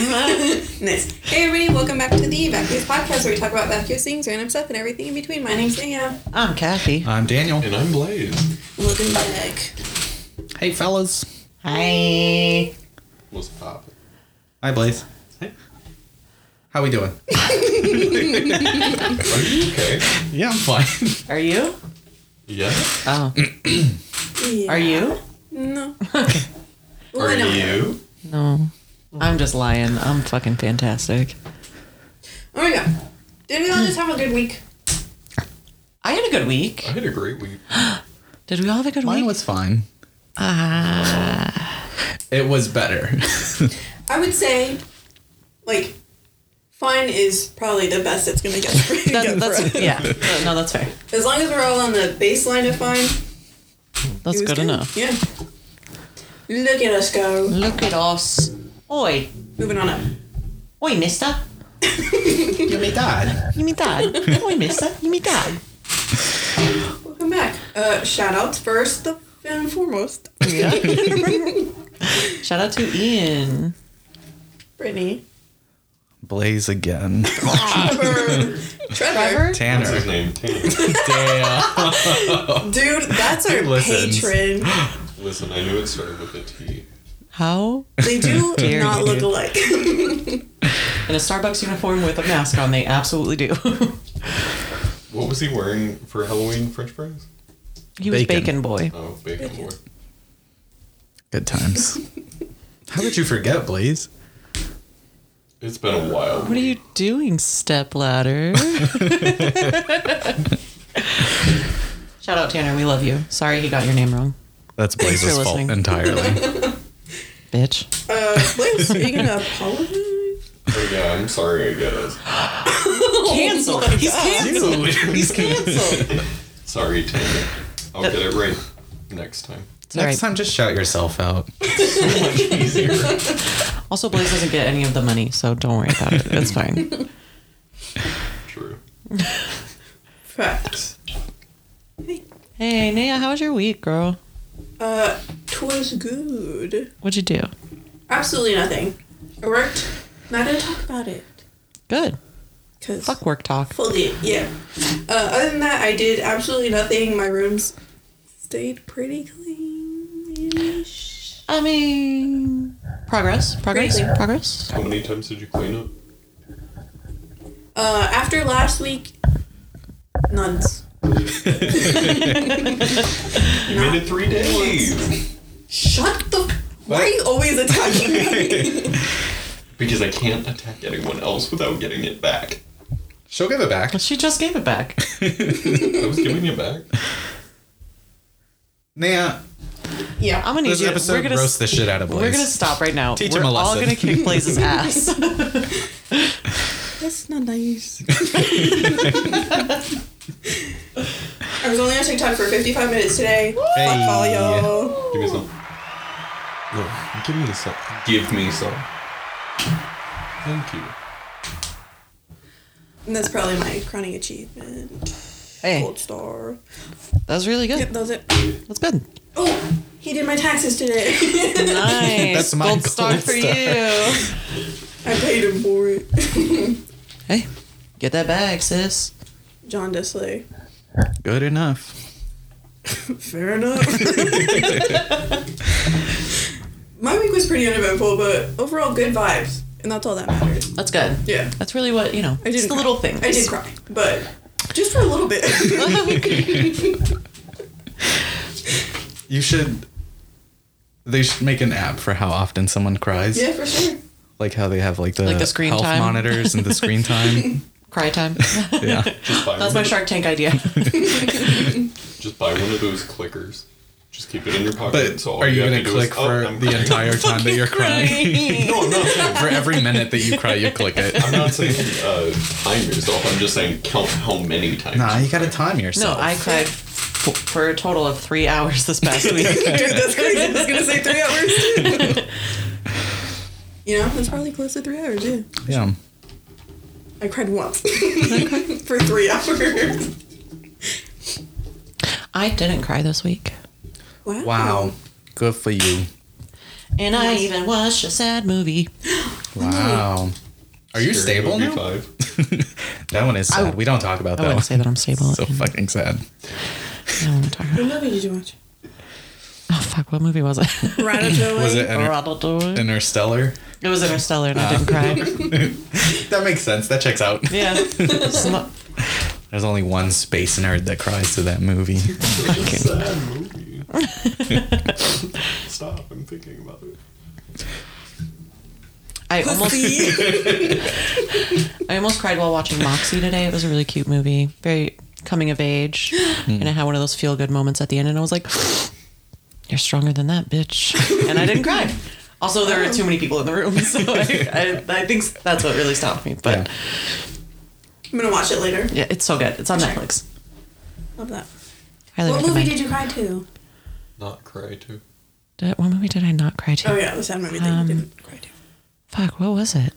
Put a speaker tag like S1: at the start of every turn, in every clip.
S1: Nice.
S2: Hey everybody, welcome back to the Vacuous Podcast where we talk about vacuous things, random stuff, and everything in between. My name's Naya.
S1: I'm Kathy.
S3: I'm Daniel.
S4: And I'm Blaze.
S2: Welcome back.
S3: Hey, fellas.
S1: Hi.
S4: What's poppin'?
S3: Hi, Blaze.
S4: Hey.
S3: How we doing?
S4: Are you okay?
S3: Yeah, I'm fine.
S1: Are you?
S4: Yeah.
S1: Oh.
S2: Yeah.
S1: Are you?
S2: No. well,
S4: Are
S2: I know.
S4: you?
S1: No. I'm just lying. I'm fucking fantastic.
S2: Oh my god. Did we all just have a good week?
S1: I had a good
S4: I
S1: week.
S4: had a great week.
S1: Did we all have a good
S3: Mine
S1: week?
S3: was fine.
S1: Uh.
S3: It was better.
S2: I would say, like, fine is probably the best it's gonna get for,
S1: That-
S2: get for
S1: that's
S2: us.
S1: yeah. No, that's fair.
S2: As long as we're all on the baseline of fine,
S1: That's
S2: it was
S1: good, enough.
S2: Yeah. Look at us go.
S1: Look at us. Oi,
S2: Moving on up.
S1: oi, Mister.
S3: you mean that?
S1: You mean dad? oi, Mister. You mean dad?
S2: Welcome back. Uh, shout outs first and foremost.
S1: Shout out to Ian.
S2: Brittany.
S3: Blaze again.
S2: Trevor. Trevor.
S4: What's
S3: Tanner.
S4: his name? Tanner.
S3: Damn.
S2: Dude, that's our
S3: Listens.
S2: patron.
S4: Listen, I knew it started with a T.
S1: How?
S2: They do
S1: Dare
S2: not
S1: you.
S2: look alike.
S1: In a Starbucks uniform with a mask on, they absolutely do.
S4: What was he wearing for Halloween French fries?
S1: he was
S3: Bacon.
S1: bacon boy.
S4: Oh, bacon boy.
S3: Good times. How did you forget, Blaze?
S4: It's been a while.
S1: What are you doing, stepladder? Shout out Tanner, we love you. Sorry he got your name wrong.
S3: That's Blaze's
S1: for
S3: fault
S1: listening.
S3: entirely.
S1: Bitch.
S2: Uh, Liz, are you gonna apologize?
S4: Oh, yeah, I'm sorry, I guess.
S1: Cancel. Oh, He's canceled. He's canceled.
S4: Sorry, Tanner. I'll get it right next time.
S3: Next time, just shout yourself out.
S4: Easier.
S1: Also, Blaze doesn't get any of the money, so don't worry about it. It's fine.
S4: True.
S2: Facts.
S1: Hey, Naya, how was your week, girl?
S2: Uh, twas good.
S1: What'd you do?
S2: Absolutely nothing. It worked. Not gonna talk about it.
S1: Good.
S2: Cause
S1: Fuck work talk.
S2: fully, yeah. Uh, other than that, I did absolutely nothing. My rooms stayed pretty clean.
S1: I mean, progress, progress,
S2: Crazy.
S1: progress.
S4: How many times did you clean up?
S2: Uh, after last week, nuns.
S4: You made it three days.
S2: Shut the. Why are you always attacking me?
S4: Because I can't attack anyone else without getting it back.
S3: She'll give it back.
S1: She just gave it back.
S4: I was giving it back.
S3: Nah,
S2: yeah.
S1: I'm gonna
S3: this
S1: need you. We're
S3: episode
S1: gonna
S3: roast the shit out of Blaze.
S1: We're gonna stop right now.
S3: Teach
S1: We're
S3: him a
S1: all
S3: lesson.
S1: gonna kick Blaze's ass.
S2: That's not nice. I was only on TikTok for 55 minutes today.
S3: Hey.
S2: Fuck all y'all.
S4: Give me some. No, give me some. Give me some. Thank you.
S2: And that's probably my crowning achievement.
S1: hey,
S2: Gold star.
S1: that was really
S2: Yep,
S1: good.
S2: that was it.
S1: That's good.
S2: Oh, he did my taxes today.
S1: Nice.
S3: That's my
S1: gold star
S3: gold
S1: for you.
S3: star.
S2: I paid him for it.
S1: Hey, get that bag, sis.
S2: John Desley.
S3: Good enough.
S2: Fair enough. my week was pretty uneventful, but overall, good vibes. And that's all that matters.
S1: That's good.
S2: Yeah.
S1: That's really what you know.
S2: I
S1: it's
S2: didn't
S1: the
S2: cry.
S1: little things.
S2: I did cry, but just for a little bit.
S3: You should. They should make an app for how often someone cries.
S2: yeah, for sure.
S3: Like how they have like the,
S1: Like the screen
S3: health
S1: time.
S3: monitors and the screen time.
S1: Cry time.
S3: yeah.
S4: Just buy,
S1: That's my
S4: one,
S1: Shark Tank idea.
S4: just buy one of those clickers. Just keep it in your pocket.
S3: But
S4: so all
S3: are you,
S4: have
S3: gonna
S4: do
S3: click
S4: is,
S3: for
S4: oh, I'm
S3: the
S4: crying.
S3: entire time that you're crying?
S4: No, I'm not saying.
S3: for every minute that you cry, you click it.
S4: I'm not saying uh, time yourself. I'm just saying count how many times.
S3: Nah, you gotta time
S1: No,
S3: yourself.
S1: I cried. f- for a total of three hours this past week.
S2: Dude, that's crazy. I was gonna say three hours. you know, it's probably close to three hours. Yeah,
S3: Yeah.
S2: I cried once for three hours.
S1: I didn't cry this week.
S2: Wow.
S3: Wow. Good for you.
S1: And I even watched a sad movie.
S3: Wow. Are you
S4: Scary
S3: stable
S4: Movie
S3: now?
S4: Five.
S3: That one is sad. we don't talk about
S1: I
S3: that one.
S1: wouldn't say that I'm stable.
S3: Oh, so fucking sad.
S1: I don't want to talk about
S2: What movie did you watch?
S1: Oh, fuck. What movie was it?
S2: Ratatouille.
S3: Was it Inter-
S1: Ratatouille.
S3: Interstellar? Ah.
S1: It was Interstellar and I didn't cry.
S3: That makes sense. That checks out.
S1: Yeah. It's not
S3: There's only one space nerd that cries to that movie.
S1: fucking.
S4: Sad movie. Stop! I'm thinking about it.
S1: I almost,
S2: Pussy.
S1: I almost cried while watching Moxie today. It was a really cute movie. Very coming of age. And it had one of those feel good moments at the end. And I was like, you're stronger than that, bitch. And I didn't cry. Also, there were too many people in the room. So I, I, I think that's what really stopped me. But
S3: Yeah.
S2: I'm gonna watch it later.
S1: yeah, it's so good. It's on Netflix.
S2: Love that.
S1: Highly
S2: what
S1: recommend.
S2: movie did you cry to?
S4: Not cry too.
S1: Did- what movie did I not cry to?
S2: Oh yeah, the sad movie that
S1: Um,
S2: you didn't cry to.
S1: Fuck, what was it?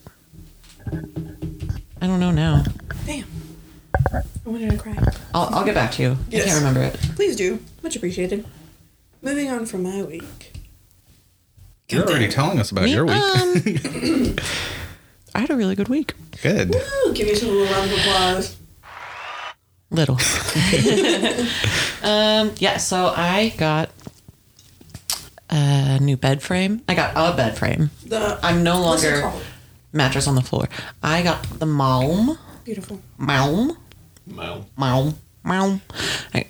S1: I don't know now.
S2: Damn. I wanted to cry.
S1: I'll, I'll get back to you. I
S2: Yes.
S1: can't remember it.
S2: Please do. Much appreciated. Moving on from my week.
S3: You're already telling us about your week.
S1: um, I had a really good week.
S3: Good.
S2: Woo, give yourself a little round of applause.
S1: Little. um, yeah, so I got a new bed frame. I got a bed frame.
S2: The
S1: I'm no
S2: what's it
S1: longer
S2: called?
S1: mattress on the floor. I got the Malm.
S2: beautiful.
S1: Malm.
S4: Mal.
S1: Malm. Malm. I,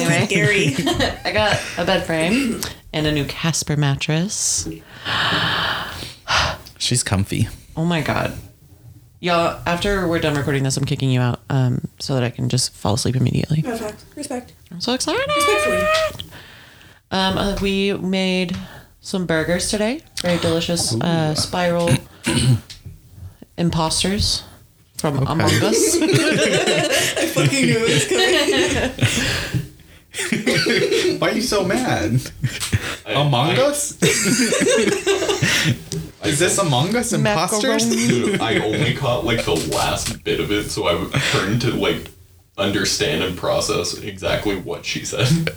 S1: anyway.
S2: Gary.
S1: I got a bed frame and a new Casper mattress.
S3: She's comfy.
S1: Oh my god. Y'all, after we're done recording this, I'm kicking you out um, so that I can just fall asleep immediately.
S2: Respect. Respect.
S1: I'm so excited.
S2: Respectfully.
S1: Um, uh, we made some burgers today. Very delicious uh, spiral imposters from Among Us.
S2: I fucking knew it was coming.
S3: Why are you so mad?
S4: I-
S3: Among
S4: I-
S3: Us? Is this Among Us imposters?
S1: Macaroni.
S4: Dude, I only caught like the last bit of it, so I would turn to like understand and process exactly what she said.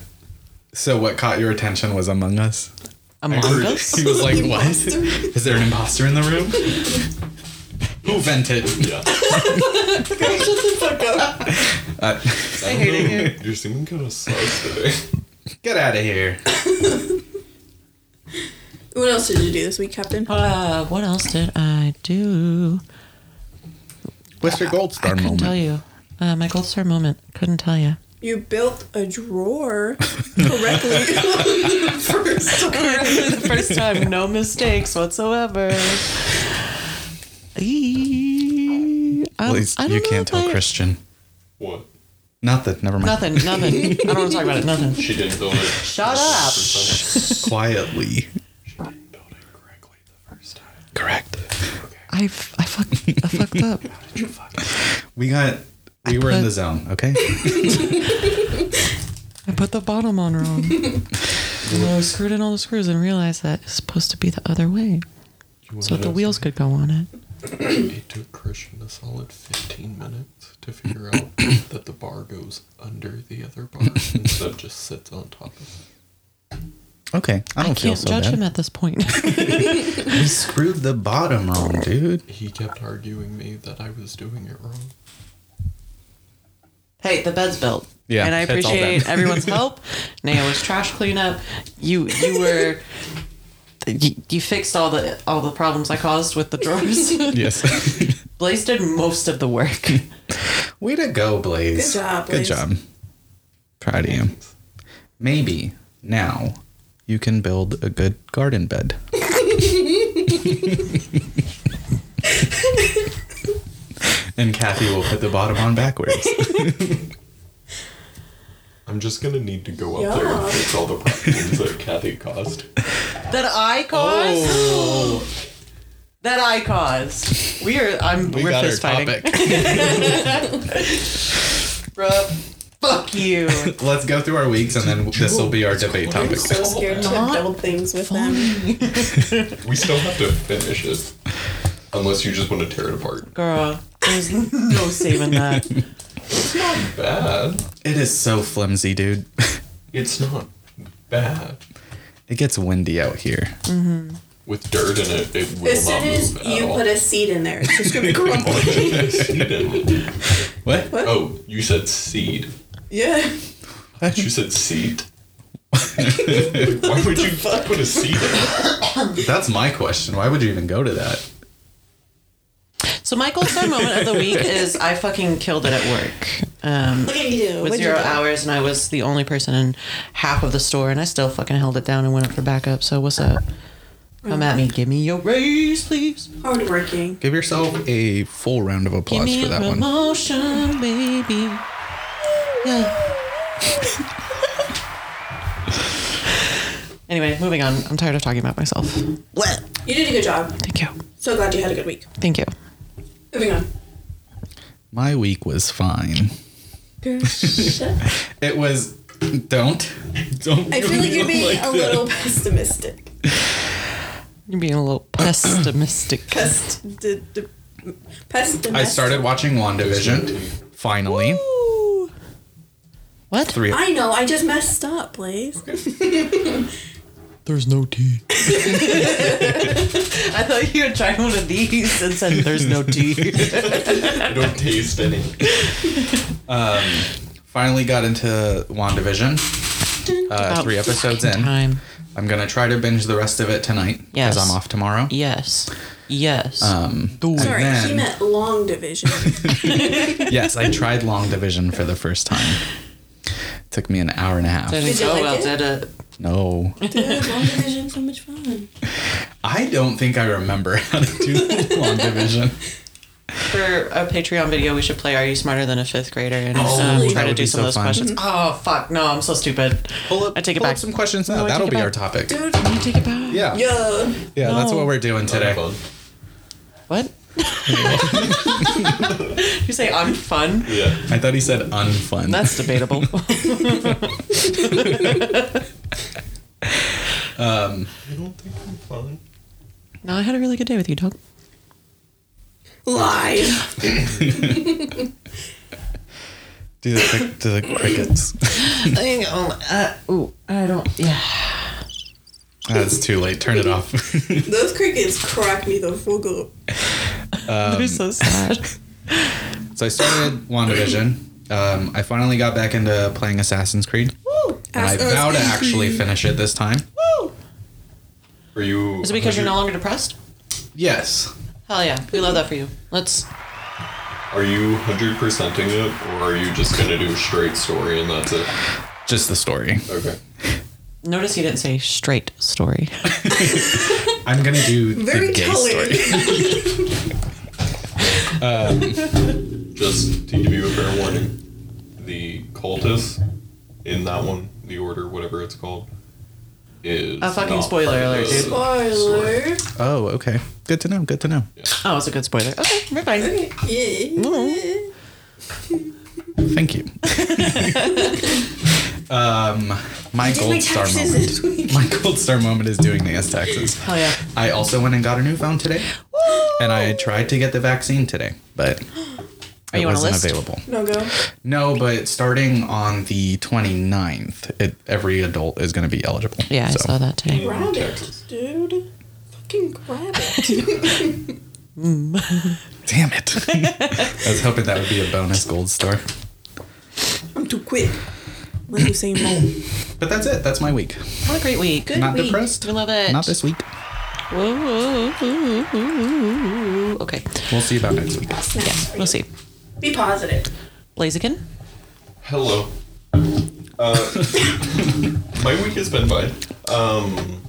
S3: So what caught your attention was Among Us.
S1: Among
S4: heard
S1: Us?
S3: He was like, "What? Is there an imposter in the room? Who vented?"
S4: Yeah.
S2: Okay, shut the fuck up.
S3: Uh,
S4: I
S1: hated
S4: don't know. You're seeming kind of sus today.
S3: get out of here.
S2: What else did you do this week, Captain?
S1: Uh, what else did I do?
S3: What's your gold star
S1: Couldn't
S3: moment?
S1: tell you. Uh, my gold star moment. Couldn't tell you.
S2: You built a drawer correctly first time.
S1: the first time, no mistakes whatsoever. Eee. Um,
S3: At least
S1: I don't
S3: you
S1: know
S3: can't
S1: if
S3: tell
S1: I-
S3: Christian.
S4: What?
S3: Not that. Never mind.
S1: Nothing, nothing. I don't want to talk about it. Nothing.
S4: She didn't build it.
S1: Shut up.
S3: Quietly.
S4: She didn't build it correctly the first time.
S3: Correct.
S1: I, f- I, fucked, I fucked up.
S3: We got. We were in
S1: put-
S3: the zone. Okay.
S1: I put the bottom on wrong. And I screwed in all the screws and realized that it's supposed to be the other way so that the wheels could go on it.
S4: It took Christian a solid 15 minutes to figure out that the bar goes under the other bar instead of just sits on top of it.
S3: Okay. I don't
S1: I
S3: feel
S1: can't
S3: so
S1: judge
S3: bad.
S1: him at this point.
S3: We screwed the bottom wrong, dude.
S4: He kept arguing me that I was doing it wrong.
S1: hey, the bed's built.
S3: Yeah,
S1: and I
S3: it's all done.
S1: appreciate everyone's help. Naya was trash cleanup. You you were you, you fixed all the all the problems I caused with the drawers.
S3: Yes.
S1: Blaze did most of the work.
S3: Way to go, Blaze.
S2: Good job,
S3: Good
S2: Blaze.
S3: job. Proud of you. Maybe now you can build a good garden bed. and Kathy will put the bottom on backwards.
S4: I'm just gonna need to go up
S2: Yeah.
S4: there and fix all the problems that Kathy caused.
S1: That I caused.
S3: Oh.
S1: That I caused. We are. I'm. We are fist fighting. Bruh, fuck Fuck you.
S3: Let's go through our weeks and then this will be our debate
S2: I'm
S3: topic.
S2: so scared to
S1: Not
S2: build things with them.
S4: We still have to finish it. Unless you just want to tear it apart.
S1: Girl, there's no saving that.
S4: Bad.
S3: It is so flimsy, dude.
S4: It's not bad.
S3: It gets windy out here.
S4: With dirt in it, it will
S2: As
S4: not
S2: soon as
S4: move at
S2: you
S4: all.
S2: put a seed in there, it's just gonna crumble.
S3: What?
S2: What?
S4: oh, you said seed.
S2: Yeah.
S4: I thought You said seat. Why would you put a seat in?
S3: That's my question. Why would you even go to that?
S1: So my gold star moment of the week is I fucking killed it at work. Um,
S2: Look at you.
S1: with
S2: What'd you
S1: zero
S2: do?
S1: hours, and I was the only person in half of the store, and I still fucking held it down and went up for backup. So what's up? Come at me. Give me your raise, please.
S2: Hardworking.
S3: Give yourself a full round of
S1: Give
S3: applause
S1: me
S3: for
S1: a
S3: that one.
S1: promotion, baby. Yeah. anyway, moving on. I'm tired of talking about myself. What?
S2: You did a good job.
S1: Thank you.
S2: So glad you had a good week.
S1: Thank you.
S2: Moving on.
S3: My week was fine. It was. Don't. Don't.
S2: I
S3: do
S2: feel like you're
S3: me
S2: being
S3: like
S2: a
S3: that.
S2: little pessimistic.
S1: You're being a little pessimistic.
S2: Pest. D- d- pessimistic.
S3: I started watching WandaVision. Finally.
S1: Ooh. What?
S3: Three.
S2: I know. I just messed up, Blaze.
S1: There's no tea. I thought you had tried one of these and said there's no tea.
S4: I don't taste any.
S3: Finally got into WandaVision. Uh,
S1: About
S3: three episodes in.
S1: Time.
S3: I'm gonna try to binge the rest of it tonight because
S1: Yes.
S3: I'm off tomorrow.
S1: Yes. Yes.
S3: Um, and
S2: Sorry, he
S3: then-
S2: meant long division.
S3: yes, I tried long division for the first time. Took me an hour and a half.
S1: Didn't
S2: Did you
S1: go
S2: like
S1: well,
S2: it?
S1: did it?
S3: No,
S2: Dude, long division, so much fun.
S3: I don't think I remember how to do long division.
S1: For a Patreon video, we should play "Are You Smarter Than a Fifth Grader?" and
S3: Oh,
S1: um,
S3: that
S1: try to
S3: would
S1: do
S3: be
S1: some of those
S3: so fun.
S1: questions. Oh fuck! No, I'm so stupid.
S3: Pull up,
S1: I take it
S3: pull
S1: back.
S3: up some questions now.
S1: No, I
S3: That'll
S1: take it
S3: be our
S1: back.
S3: topic.
S2: Dude,
S1: Can you take it back?
S3: Yeah, yeah,
S2: yeah.
S3: that's
S1: No.
S3: what we're doing today.
S4: Fun.
S1: What? you say I'm fun?
S4: Yeah.
S3: I thought he said unfun.
S1: That's debatable.
S4: I don't think I'm fun.
S1: no, I had a really good day with you, dog.
S2: Lie.
S3: do the crick- do the crickets.
S1: Hang on. Uh, ooh, I don't. Yeah.
S3: That's too late. Turn it off.
S2: Those crickets crack me the fuck up.
S3: Um,
S1: They're so sad.
S3: so I started WandaVision. Um, I finally got back into playing Assassin's Creed. And I
S2: Ask us.
S3: vow to actually finish it this time.
S4: Are you?
S1: Is it because you're no longer depressed?
S3: Yes.
S1: Hell yeah, we love that for you. Let's.
S4: Are you hundred percenting it, or are you just gonna do a straight story and that's it?
S3: Just the story.
S4: Okay.
S1: Notice you didn't say straight story.
S3: I'm gonna do
S2: Very
S3: the gay
S2: colored.
S3: story.
S4: Just to give you a fair warning, the cultist in that one, the order, whatever it's called, is
S1: A fucking
S4: not
S1: spoiler
S4: part of
S1: alert,
S4: the
S1: dude.
S2: Spoiler.
S3: Oh, okay. Good to know. Good to know.
S1: Oh, it's a good spoiler. Okay, we're fine.
S2: Yeah.
S3: Thank you. um, my
S2: did my
S3: gold star
S2: taxes this
S3: moment. My gold star moment is doing the S taxes.
S1: Hell yeah.
S3: I also went and got a new phone today, and I tried to get the vaccine today, but
S1: Are
S3: it
S1: you on a
S3: wasn't
S1: list?
S3: available.
S2: No go.
S3: No, but starting on the 29th, it, every adult is going to be eligible.
S1: Yeah,
S3: So,
S1: I saw that today.
S2: Grab
S4: Texas.
S2: it, dude. Fucking grab it.
S3: Damn it! I was hoping that would be a bonus gold star.
S2: I'm too quick. Let you say more.
S3: But that's it. That's my week.
S1: What a great week.
S2: Good
S3: Not
S2: week.
S3: depressed.
S1: We love it.
S3: Not this week.
S1: Whoa, whoa, whoa, whoa, whoa. Okay,
S3: We'll see about next week.
S2: Snacks.
S1: we'll see.
S2: Be positive.
S1: Blaziken?
S4: Hello. Uh, my week has been fine. Um,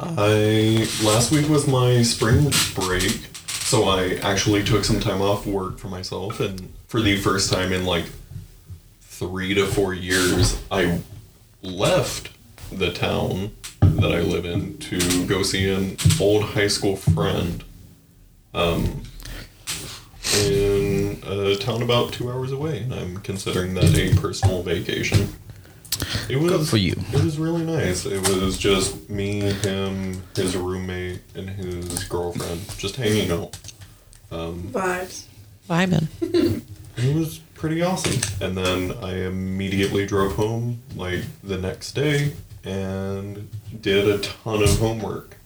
S4: I last week was my spring break, so I actually took some time off work for myself, and for the first time in like three to four years, I left the town that I live in to go see an old high school friend. Um, in a a town about two hours away, and I'm considering that a personal vacation. It was
S3: for you.
S4: It was really nice. It was just me, him, his roommate, and his girlfriend just hanging out.
S2: Vibes.
S1: Vibing.
S4: It was pretty awesome. And then I immediately drove home like the next day and did a ton of homework.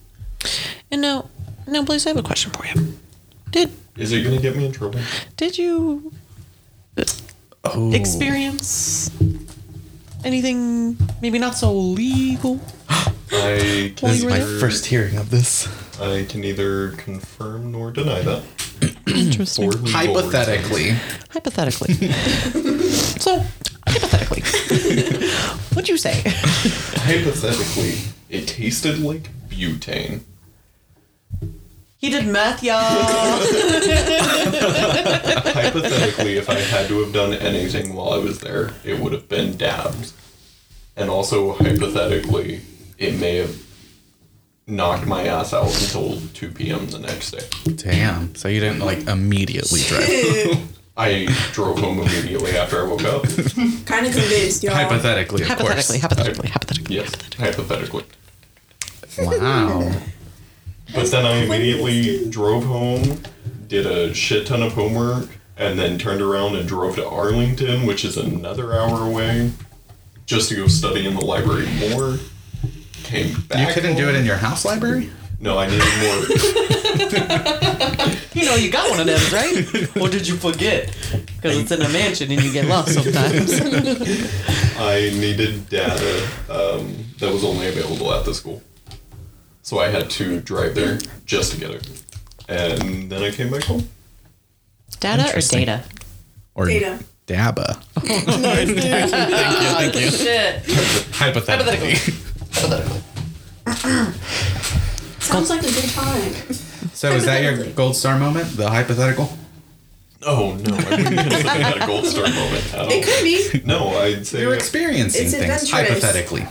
S1: And now, now, Blaze, I have a question for you. Did
S4: Is it gonna get me in trouble?
S1: did you uh,
S3: Oh.
S1: experience anything? Maybe not so legal.
S4: I
S1: While
S4: can
S1: you
S3: This is
S1: were
S3: my
S1: there?
S3: first hearing of this.
S4: I can neither confirm nor deny that.
S1: Interesting.
S4: For legal
S3: Hypothetically,
S1: Hypothetically. so, hypothetically, what'd you say?
S4: reasons. Hypothetically, it tasted like butane.
S1: He did math, y'all.
S4: Hypothetically, if I had to have done anything while I was there, it would have been dabs. And also, hypothetically, it may have knocked my ass out until 2 p.m. the next day.
S3: damn. So you didn't like immediately drive.
S4: I drove home immediately after I woke up.
S2: Kind of convinced, y'all.
S3: hypothetically, of
S1: hypothetically,
S3: course.
S1: hypothetically, hypothetically.
S4: Yes, hypothetically.
S3: Wow.
S4: But then I immediately drove home, did a shit ton of homework, and then turned around and drove to Arlington, which is another hour away, just to go study in the library more. Came back.
S3: You couldn't do it
S4: home.
S3: in your house library.
S4: No, I needed more.
S1: You know, you got one of those, right? or did you forget? Because it's in a mansion and you get lost sometimes.
S4: I needed data um, that was only available at the school. So I had to drive there just to get it. And then I came back home.
S1: Data or
S3: Interesting.
S1: data?
S3: Or
S2: Data.
S3: Dabba.
S1: Shit.
S3: Hypothetically.
S2: Sounds like a good time.
S3: So is that your
S2: Hypothetically.
S3: gold star moment? The hypothetical?
S4: Oh no, I wouldn't consider that a gold star moment at all.
S2: It could be.
S4: No, I'd say
S3: You're experiencing
S2: It's
S3: things
S2: adventurous.
S3: hypothetically.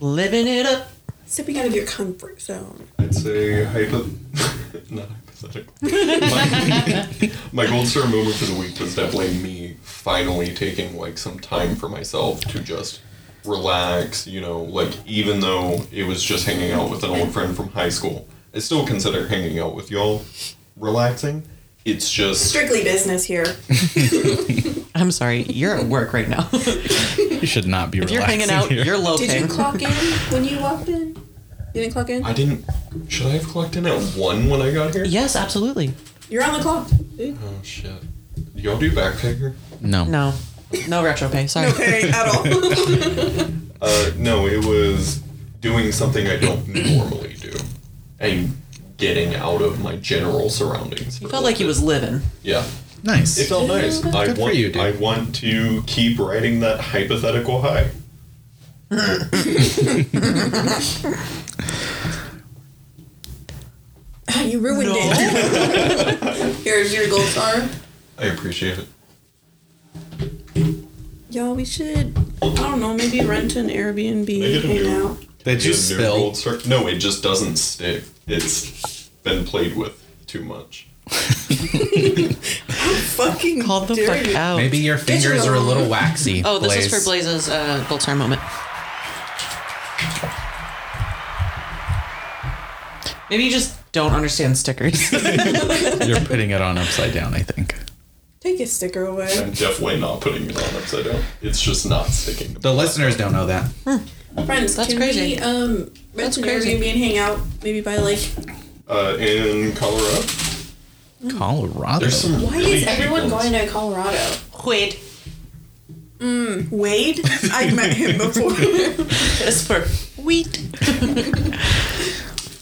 S1: Living it up.
S2: Stepping out of your comfort zone.
S4: I'd say hypo. not hypothetical. My, my gold star moment for the week was definitely me finally taking like some time for myself to just relax. You know, like even though it was just hanging out with an old friend from high school, I still consider hanging out with y'all relaxing. It's just
S2: Strictly business here.
S1: I'm sorry, you're at work right now. if
S3: You should not be
S1: you're hanging out, you're
S2: Did you
S1: loping.
S2: clock in when you walked in? You didn't clock in?
S4: I didn't. Should I have clocked in at one when I got here?
S1: Yes, absolutely.
S2: You're on the clock. dude.
S4: Oh shit! Y'all do backpacker?
S3: No.
S1: No. No retro pay, sorry.
S2: Okay, at all.
S4: Uh, no, it was doing something I don't normally do and getting out of my general surroundings.
S1: You felt like you was living.
S4: Yeah.
S3: Nice.
S4: It felt nice. I
S3: good for
S4: want,
S3: you, dude.
S4: I want to keep riding that hypothetical high.
S2: you ruined it. Here's your gold star.
S4: I appreciate it.
S2: Y'all, we should, I don't know, maybe rent an
S4: Make
S2: Airbnb,
S4: it a
S2: hang
S4: new-
S2: out.
S3: Did you
S4: New
S3: spill?
S4: gold star- No, it just doesn't stick. It's been played with too much.
S2: Fucking
S1: Called the
S2: dare
S1: fuck
S2: you.
S1: out.
S3: Maybe your fingers
S2: your
S3: are a
S2: own.
S3: little waxy.
S1: Oh, this is
S3: Blaze.
S1: for Blaze's uh, gold star moment. Maybe you just don't understand stickers.
S3: You're putting it on upside down, I think.
S2: Take his sticker away.
S4: I'm definitely not putting it on upside down. It's just not sticking.
S3: The listeners don't know that.
S2: Friends,
S1: That's
S2: can
S1: crazy.
S2: we um, rent
S1: That's
S2: an
S1: crazy.
S2: Airbnb and hang out maybe by like,
S4: Uh, in Colorado,
S1: Mm.
S3: Colorado.
S4: there's some.
S2: why
S4: really
S2: is
S4: cheap
S2: everyone
S4: ones.
S2: going to Colorado?
S1: Wait,
S2: Wade? I've met him before.
S1: it's for wheat.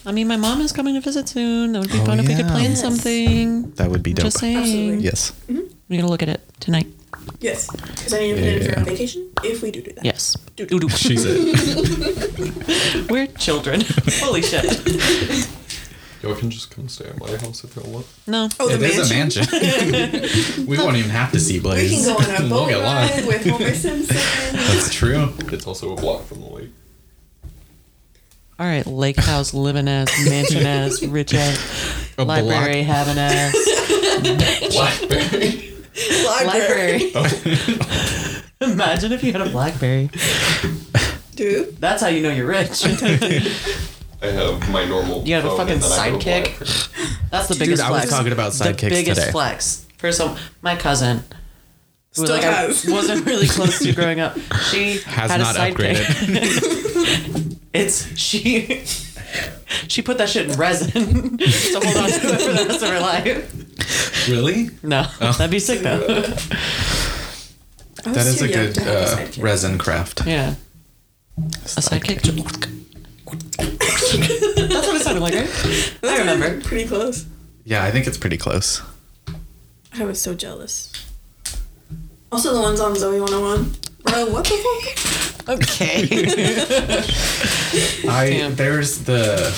S1: I mean, my mom is coming to visit soon. That would be
S3: Oh,
S1: fun if we could
S3: yeah.
S1: plan
S2: Yes.
S1: something.
S3: That would be dope.
S1: Just saying.
S2: Absolutely.
S3: Yes.
S1: We're going to look at it tonight.
S2: yes, because I need to put in for
S3: Yeah.
S2: a vacation if we do do that.
S1: Yes.
S2: Doo-doo.
S3: She's it.
S1: We're children. Holy shit.
S4: Y'all can just come stay at my house if y'all want.
S1: No.
S2: Oh, the
S3: It
S2: mansion.
S3: is a mansion. we won't even have to see
S2: We
S3: Blaze.
S2: can go on a
S3: We'll
S2: boat
S3: get lost.
S2: ride with Homer Simpson.
S3: That's true.
S4: It's also a block from the lake.
S1: All right, lake house living ass, mansion ass, rich ass,
S3: A
S1: library
S3: block.
S1: having ass.
S4: Blackberry.
S2: Library.
S1: Blackberry.
S3: Oh.
S1: Imagine if you had a Blackberry.
S2: Dude.
S1: That's how you know you're rich.
S4: I have my normal.
S1: You have a
S4: phone
S1: fucking
S4: and then I have a
S1: sidekick?
S4: Blackberry.
S1: That's the
S3: Dude,
S1: biggest
S3: I was
S1: flex.
S3: talking about sidekicks
S1: The biggest
S3: today.
S1: flex. For some, my cousin, who
S2: Still
S1: like
S2: has.
S1: I wasn't really close to growing up, she
S3: Has
S1: had
S3: not
S1: a sidekick.
S3: upgraded.
S1: It's she. She put that shit in resin to hold on to it for the rest of her life.
S3: really?
S1: No, that'd be sick though.
S2: I was
S3: That is
S2: too
S3: a
S2: young
S3: good
S2: to have a
S3: uh,
S2: sidekick.
S3: resin craft.
S1: Yeah. A sidekick. That's what it sounded like, right? I remember.
S2: Pretty close.
S3: Yeah, I think it's pretty close.
S2: I was so jealous. Also, the ones on Zoe 101. Bro, what the fuck?
S1: Okay.
S3: I
S1: Damn.
S3: there's the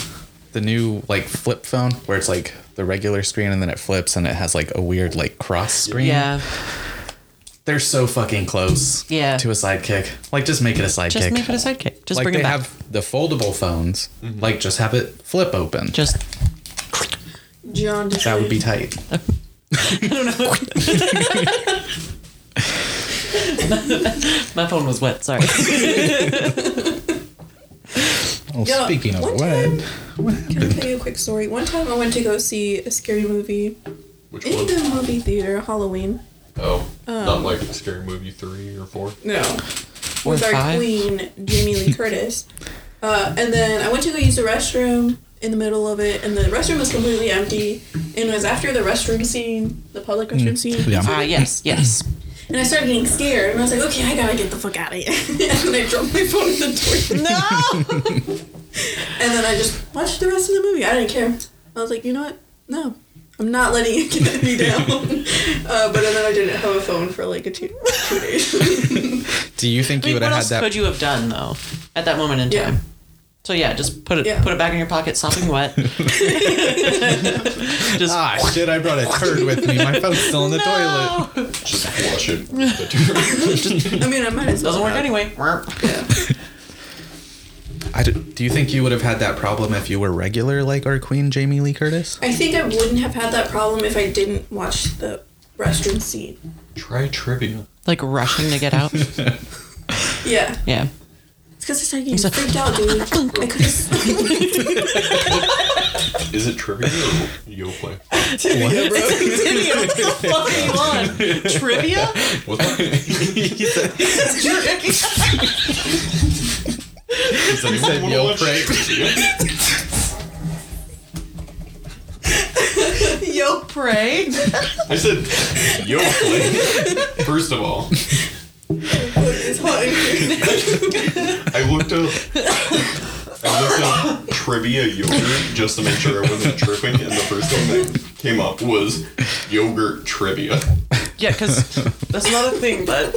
S3: the new like flip phone where it's like the regular screen and then it flips and it has like a weird like cross screen.
S1: Yeah.
S3: They're so fucking close.
S1: Yeah.
S3: To a sidekick. Like just make it a sidekick.
S1: Just make it a sidekick. Just
S3: like
S1: bring
S3: they
S1: it back.
S3: have the foldable phones. Like just have it flip open.
S1: Just
S2: John just
S3: that would be tight.
S1: my phone was wet. Sorry.
S3: Well,
S2: Yeah,
S3: speaking of
S2: one
S3: what, what
S2: Can I
S3: happened?
S2: tell you a quick story? One time I went to go see a scary movie
S4: Which
S2: in
S4: one?
S2: the movie theater, Halloween.
S4: Oh, not like Scary Movie three or four.
S2: No. With our
S1: five.
S2: queen, Jamie Lee Curtis. Uh, and then I went to go use the restroom in the middle of it, and the restroom was completely empty. And it was after the restroom scene, the public restroom scene.
S3: yeah.
S1: Ah, yes, yes.
S2: And I started getting scared, and I was like, okay, I gotta get the fuck out of here. and then I dropped my phone in the toilet.
S1: No.
S2: And then I just watched the rest of the movie. I didn't care. I was like, you know what? No. I'm not letting it get me down. uh, but then I didn't have a phone for like a two, two days.
S3: Do you think
S1: I mean,
S3: you would
S1: what
S3: have had
S1: else
S3: that?
S1: could you have done though at that moment in
S2: Yeah.
S1: time? So yeah, just put it
S2: Yeah.
S1: put it back in your pocket, sopping wet. just
S3: ah, shit! I brought a turd with me. My phone's still in the toilet.
S1: no!
S4: Just flush it. with the
S2: I mean, I might as well.
S1: Doesn't work anyway.
S3: I d- do you think you would have had that problem if you were regular like our queen Jamie Lee Curtis?
S2: I think I wouldn't have had that problem if I didn't watch the restroom scene.
S4: two. Try trivia.
S1: Like rushing to get out.
S2: Yeah.
S1: Yeah.
S2: It's because I started getting freaked out, dude. I could have.
S4: Is it trivia or yo play?
S3: What?
S1: Trivia. What the fuck are you on? Trivia?
S4: What the? Does anyone
S3: said
S4: wanna
S3: yo
S4: watch
S3: play.
S4: trivia?
S2: Yo,
S1: Pray.
S4: I said yo play. First of all,
S2: it's hot in here.
S4: I looked up. I looked up trivia yogurt just to make sure I wasn't tripping, and the first thing that came up was yogurt trivia.
S1: Yeah, because that's not a thing, but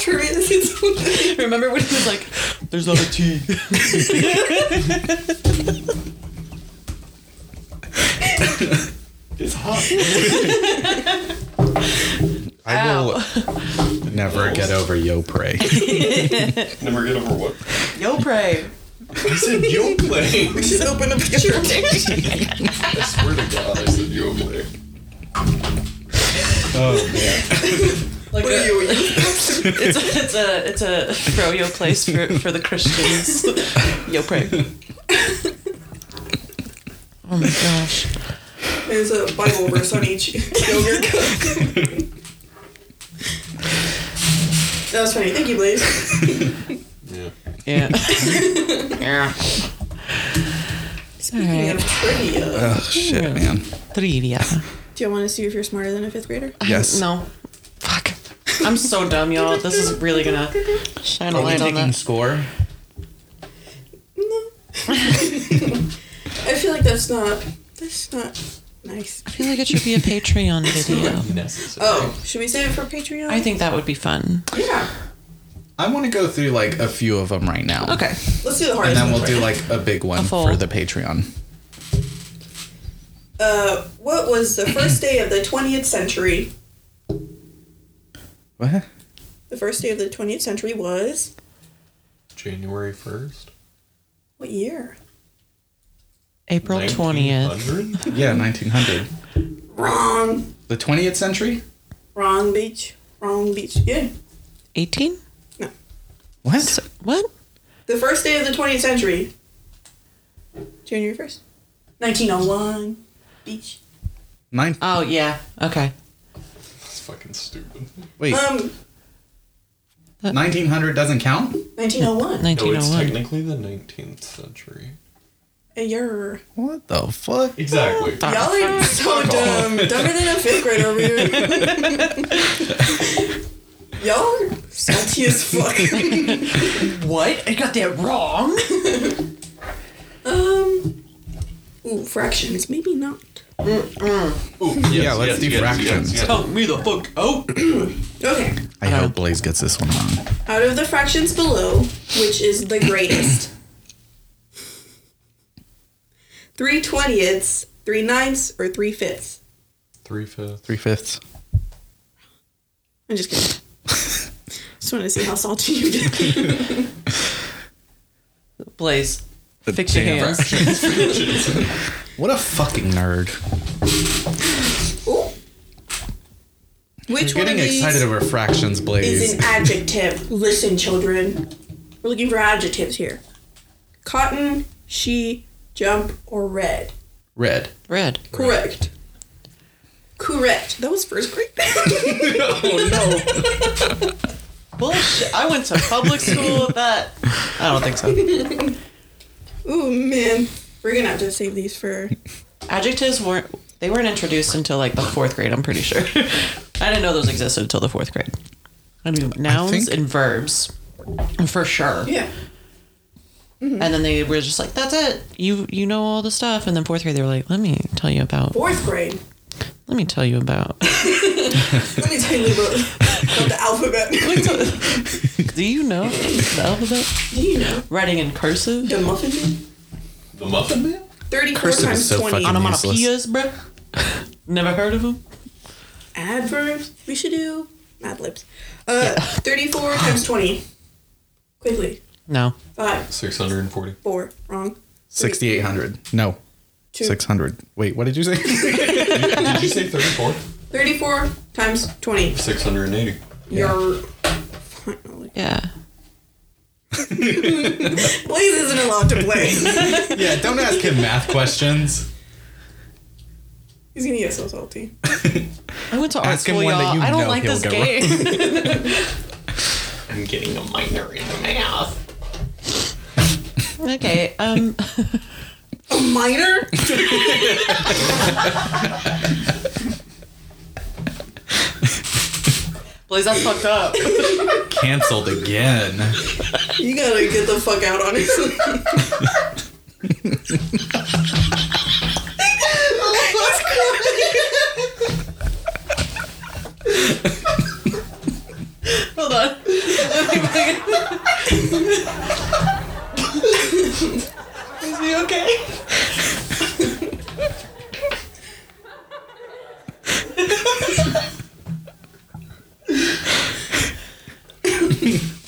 S2: Trivia is
S1: remember when he was like,
S3: There's not a T.
S4: It's hot.
S3: I will never get over yo pray.
S4: Never get over what.
S1: yo, pray.
S4: I said yo play.
S2: Just open up your
S4: I swear to God, I said yo play.
S3: Oh man.
S1: Like a-
S2: yo.
S1: it's, a, it's a it's a pro yo place for, for the Christians. Yo pray. Oh my gosh.
S2: There's a Bible verse on each yogurt cup. that was funny. Thank you, Blaze.
S4: Yeah.
S1: Yeah. yeah.
S2: Speaking
S1: Alright.
S2: of trivia,
S3: Oh shit, man.
S1: Trivia.
S2: do you want to see if you're smarter than a fifth grader?
S3: Yes.
S1: No. Fuck. I'm so dumb, y'all. This is really gonna shine a
S3: Are we
S1: light on
S3: taking
S1: that.
S3: score?
S2: No. I feel like that's not. That's not nice.
S1: I feel like it should be a Patreon video.
S4: Necessary.
S2: Oh, should we save it for Patreon?
S1: I think that would be fun.
S2: Yeah.
S3: I want to go through like a few of them right now.
S1: Okay.
S2: Let's do the
S3: And
S2: hardest.
S3: then
S2: one
S3: we'll do
S2: first.
S3: like a big one
S1: A full-
S3: for the Patreon.
S2: Uh, what was the first day of the 20th century?
S3: What?
S2: The first day of the 20th century was
S4: January first.
S2: what year?
S1: April twentieth.
S4: 1900?
S3: Yeah, 1900.
S2: Wrong.
S3: The the 20th century?
S5: Wrong beach. Wrong beach. Yeah.
S1: 18?
S5: No.
S3: What?
S1: What?
S5: The first day of the 20th century. January 1st. 1901. Beach.
S3: Nine?
S1: Oh, yeah. Okay.
S4: It's fucking stupid.
S3: wait,
S5: Um,
S3: 1900 doesn't count?
S5: 1901.
S4: No, it's
S1: 1901.
S4: technically the 19th century.
S5: A year.
S3: What the fuck?
S4: Exactly.
S1: Ah,
S5: Y'all are so dumb. Dumber than a fifth grader over here. Y'all are salty as fuck.
S1: What? I got that wrong.
S5: um, ooh, fractions. Maybe not.
S4: Ooh,
S3: Yeah, let's do fractions.
S1: Help me the fuck out.
S5: Okay.
S3: I hope Blaze gets this one wrong.
S5: Out of the fractions below, which is the greatest? Three twentieths, three ninths, or three fifths?
S4: Three fifths.
S3: Three fifths.
S5: I'm just kidding. just wanted to see how salty you get.
S1: Blaze, fix your
S3: damn
S1: hands.
S3: What a fucking nerd.
S5: Ooh. Which
S3: You're
S5: one
S3: getting
S5: of these
S3: excited over fractions,
S5: is
S3: Blaze.
S5: an adjective? Listen, children. We're looking for adjectives here. Cotton, she, jump, or red.
S3: Red.
S1: Red.
S5: Correct. Correct. That was first grade.
S4: Oh,
S1: Bullshit. I went to public school with that. I don't think so.
S5: oh man, we're gonna have to save these for
S1: Adjectives weren't. They weren't introduced until like the fourth grade. I'm pretty sure. I didn't know those existed until the fourth grade. I mean, nouns
S3: think-
S1: and verbs, for sure.
S5: yeah.
S1: And then they were just like, "That's it. You you know all the stuff." And then fourth grade, they were like, "Let me tell you about.
S5: Fourth grade.
S1: Let me tell you about.
S5: Let me tell you about, about the alphabet.
S1: Do you know the alphabet?
S5: Do you know
S1: Writing in cursive,
S5: the muffin man?
S4: The Muffin Man?
S5: Thirty-four
S3: Cursive is
S5: times
S3: so
S5: twenty.
S3: fucking-
S1: onomatopoeias, bruh. Never heard of them.
S5: Adverbs. We should do ad libs. Uh, thirty-four times twenty. Quickly.
S1: No.
S5: Five,
S4: 640.
S5: four. Wrong.
S3: 6,800. No.
S5: Two.
S3: 600. Wait, what did you say?
S4: Did you say 34?
S5: Thirty-four times twenty.
S4: 680.
S5: You're finally.
S1: Yeah.
S5: Blaze isn't allowed to play.
S3: yeah, don't ask him math questions.
S5: He's gonna get so salty.
S1: I went to art
S3: Ask him
S1: school,
S3: one that
S1: y'all.
S3: you
S1: I don't
S3: know
S1: like
S3: he'll
S1: this
S3: get
S1: game.
S4: I'm getting a minor in math.
S1: okay. Um.
S5: A minor?
S1: Blaze, that's fucked up.
S3: Cancelled again.
S5: You gotta get the fuck out, honestly.
S1: Hold on. Is he okay?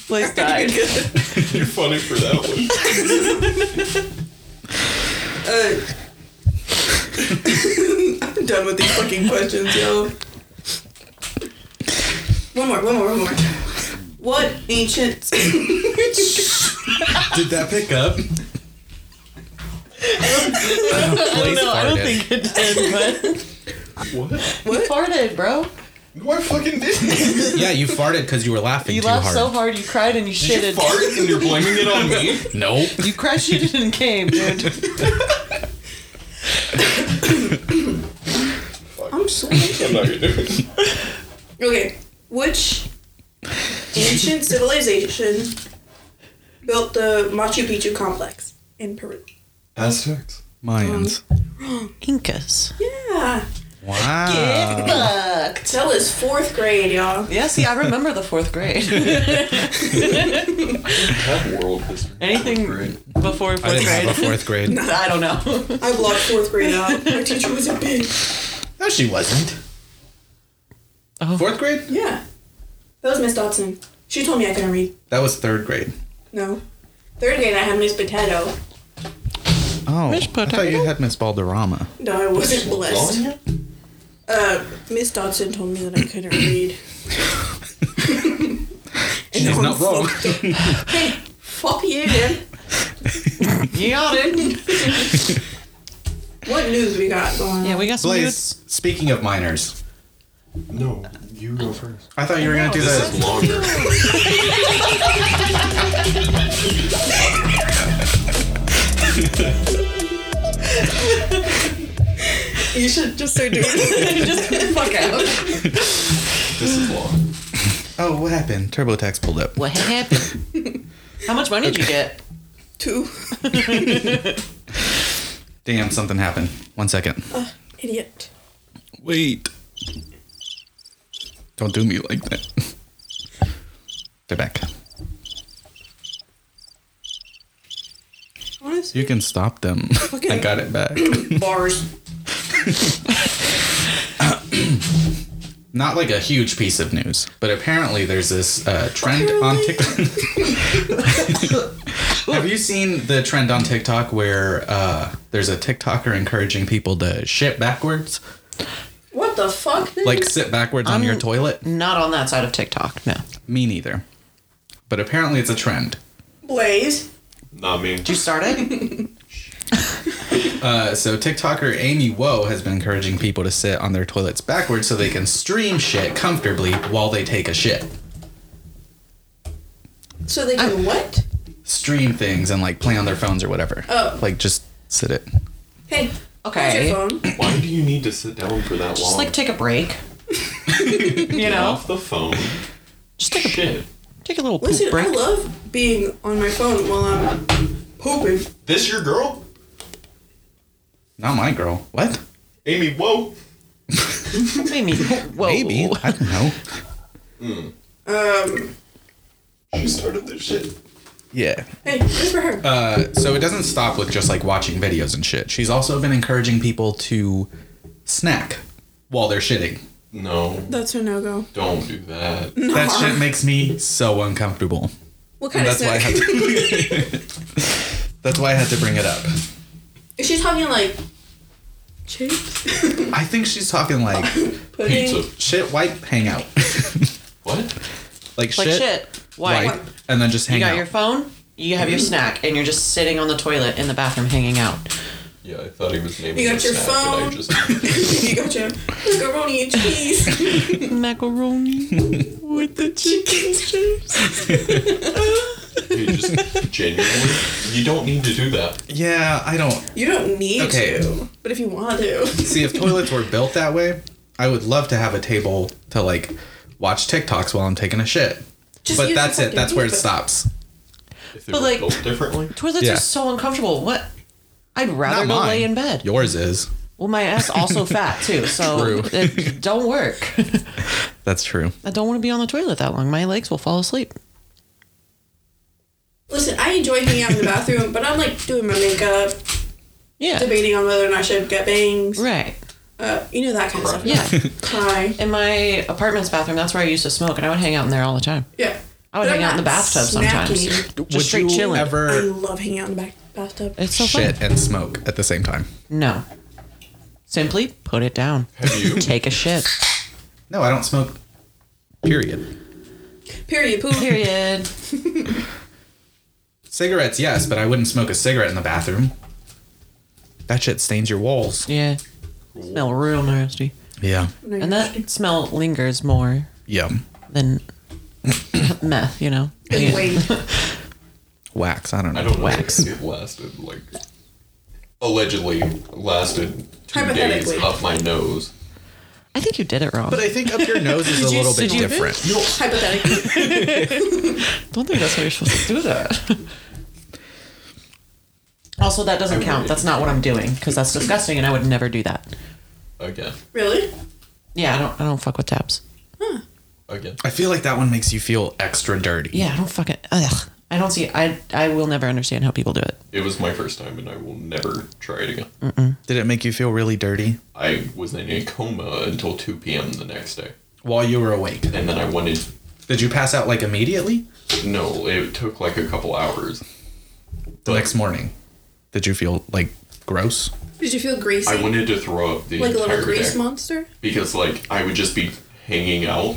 S1: Blaze died.
S4: You're funny for that one.
S5: Uh, I'm done with these fucking questions, yo. One more, one more, one more. What ancient?
S3: Did that pick up? Blaze
S1: No, I don't
S3: farted.
S1: think it did,
S4: What?
S1: but you farted, bro.
S4: No, I fucking didn't.
S3: Yeah, you farted because you were laughing
S1: You
S3: too
S1: laughed
S3: hard.
S1: so hard you cried and you
S4: You
S1: shitted.
S4: fart and you're blaming it on me?
S3: Nope.
S1: You cried, shitted, and came, dude.
S5: I'm sorry.
S4: I'm not gonna do it.
S5: Okay, which ancient civilization built the Machu Picchu complex in Peru?
S4: Aztecs.
S3: Mayans.
S1: Incas.
S5: Yeah,
S3: Wow.
S1: Fucked.
S5: that was fourth grade, y'all.
S1: Yeah, see, I remember the fourth grade.
S4: Have world history.
S1: Anything
S4: Great.
S1: before
S3: I
S1: fourth
S3: didn't
S1: grade.
S3: have a fourth grade.
S1: I don't know.
S5: I blocked fourth grade out. My teacher was a bitch.
S3: No, she wasn't.
S1: Oh.
S3: Fourth grade?
S5: Yeah. That was Miss Dodson. She told me I couldn't read.
S3: That was third grade.
S5: No. Third grade, I had Miss Potato.
S3: Oh,
S1: Miss
S3: I thought
S1: Potato?
S3: you had Miss Balderrama.
S5: No, I wasn't blessed.
S4: Wrong?
S2: Uh, Miss Dodson told me that I couldn't read. And
S3: She's
S2: now
S3: not
S2: I'm
S3: wrong.
S2: fucked up. hey, fuck you, man.
S1: You got it.
S2: What news we got going on?
S1: Yeah, we got some
S3: Blaze,
S1: news.
S3: speaking of minors,
S4: No, you go first.
S3: I thought you were going to do
S4: This
S3: the.
S4: is longer.
S2: You should just start doing it. just fuck out.
S4: This is long.
S3: Oh, what happened? TurboTax pulled up.
S1: What happened? How much money did you get?
S2: Two.
S3: Damn, something happened. One second.
S2: Idiot.
S3: Wait. Don't do me like that. They're back.
S2: Honestly,
S3: You can stop them. I
S2: Okay.
S3: got it back.
S2: bars.
S3: Not like a huge piece of news, but apparently there's this uh, trend on TikTok. Have you seen the trend on TikTok where uh, there's a TikToker encouraging people to shit backwards?
S2: What the fuck? dude?
S3: Like sit backwards on your toilet?
S1: Not on that side of TikTok. No.
S3: Me neither. But apparently it's a trend.
S2: Blaze.
S4: Not me.
S1: Did you start it?
S3: Uh, so TikToker Amy Woe has been encouraging people to sit on their toilets backwards so they can stream shit comfortably while they take a shit.
S2: So they can what?
S3: Stream things and like play on their phones or whatever.
S2: Oh.
S3: Like just sit it.
S2: Hey.
S1: Okay.
S2: Hold your phone.
S4: Why do you need to sit down for that
S1: Just
S4: long?
S1: like take a break. you
S4: Get
S1: know,
S4: off the phone.
S1: just take a
S4: Shit.
S1: take a little poop
S2: Listen, I
S1: break.
S2: love being on my phone while I'm pooping.
S4: This your girl?
S3: Not my girl. What?
S4: Amy, whoa.
S1: Maybe. Whoa.
S3: Maybe. I don't know.
S2: Um.
S4: She started this shit.
S3: Yeah.
S2: Hey, good for her.
S3: Uh, so it doesn't stop with just like watching videos and shit. She's also been encouraging people to snack while they're shitting.
S4: No,
S2: That's a no go.
S4: don't do that.
S3: That shit makes me so uncomfortable.
S2: What kind
S3: And
S2: of
S3: that's why I
S2: snack?
S3: had to That's why I had to bring it up.
S2: Is she talking like chips?
S3: I think she's talking like
S2: Pudding?
S4: Pizza.
S3: shit wipe hangout.
S4: What?
S3: like,
S1: Like
S3: shit,
S1: shit.
S3: wipe,
S1: Why?
S3: and then just hang
S1: You got
S3: out.
S1: your phone. You have your snack, and you're just sitting on the toilet in the bathroom, hanging out.
S4: Yeah, I thought he was naming
S2: You
S4: it
S2: got
S4: a
S2: your
S4: snack, and I
S2: phone?
S4: just-
S2: you got your macaroni and cheese.
S1: Macaroni.
S2: With the chicken strips.
S4: you just genuinely, you don't need to do that.
S3: yeah, I don't
S2: You don't need
S3: Okay.
S2: to, but if you want to.
S3: see if toilets were built that way. I would love to have a table to like watch TikToks while I'm taking a shit.
S2: Just
S3: but
S2: use
S3: that's
S2: your
S3: it.
S2: fucking
S3: That's where it
S2: hand.
S3: stops.
S4: If they
S1: But,
S4: were
S1: like-
S4: built differently,
S1: Toilets
S3: Yeah.
S1: are so uncomfortable. What? I'd rather
S3: Not
S1: go
S3: mine.
S1: lay in bed.
S3: Yours is.
S1: Well, my ass also fat too, so
S3: True.
S1: it don't work.
S3: That's true.
S1: I don't want to be on the toilet that long. My legs will fall asleep.
S2: Listen, I enjoy hanging out in the bathroom, but I'm like doing my makeup,
S1: Yeah.
S2: debating on whether or not I should get bangs.
S1: Right.
S2: Uh, you know that kind of stuff.
S1: Yeah.
S2: Hi.
S1: In my apartment's bathroom, that's where I used to smoke, and I would hang out in there all the time.
S2: Yeah.
S1: I would
S2: But
S1: hang
S2: I'm
S1: out in the
S2: not
S1: bathtub
S2: snacking.
S1: sometimes. Just straight chilling.
S2: I
S3: ever
S2: love hanging out in the back bathtub.
S1: It's so
S3: shit
S1: fun.
S3: and smoke at the same time?
S1: No. Simply put it down.
S4: have you?
S1: Take a shit.
S3: No, I don't smoke. Period.
S2: Period. Poop.
S1: Period.
S3: Cigarettes, yes, but I wouldn't smoke a cigarette in the bathroom. That shit stains your walls.
S1: Yeah. Smell real nasty.
S3: Yeah.
S2: No,
S1: And that smell lingers more
S3: Yum.
S1: than meth, you know?
S2: you're- Wait.
S3: Wax. I don't know.
S4: I don't know.
S1: Wax.
S4: It lasted like allegedly lasted two days
S2: Hypothetically.
S4: up my nose.
S1: I think you did it wrong.
S3: But I think up your nose is a
S1: you-
S3: little bit
S1: did you-
S3: different.
S2: Hypothetically.
S1: don't think that's how you're supposed to do that. also, that doesn't count. That's not what I'm doing because that's disgusting, and I would never do that.
S4: Again,
S2: really?
S1: Yeah, I don't. I don't fuck with taps.
S4: again.
S3: I feel like that one makes you feel extra dirty.
S1: Yeah, I don't fucking. Ugh. I don't see. I. I will never understand how people do it.
S4: It was my first time, and I will never try it again.
S3: Did it make you feel really dirty
S4: I was in a coma until 2 p.m. the next day,
S3: while you were awake?
S4: and then I wanted.
S3: Did you pass out like immediately
S4: No, it took like a couple hours.
S3: the next morning? Did you feel like gross?
S2: Did you feel greasy?
S4: I wanted to throw up the
S2: like a
S4: entire
S2: little grease
S4: day
S2: monster?
S4: because like I would just be hanging out,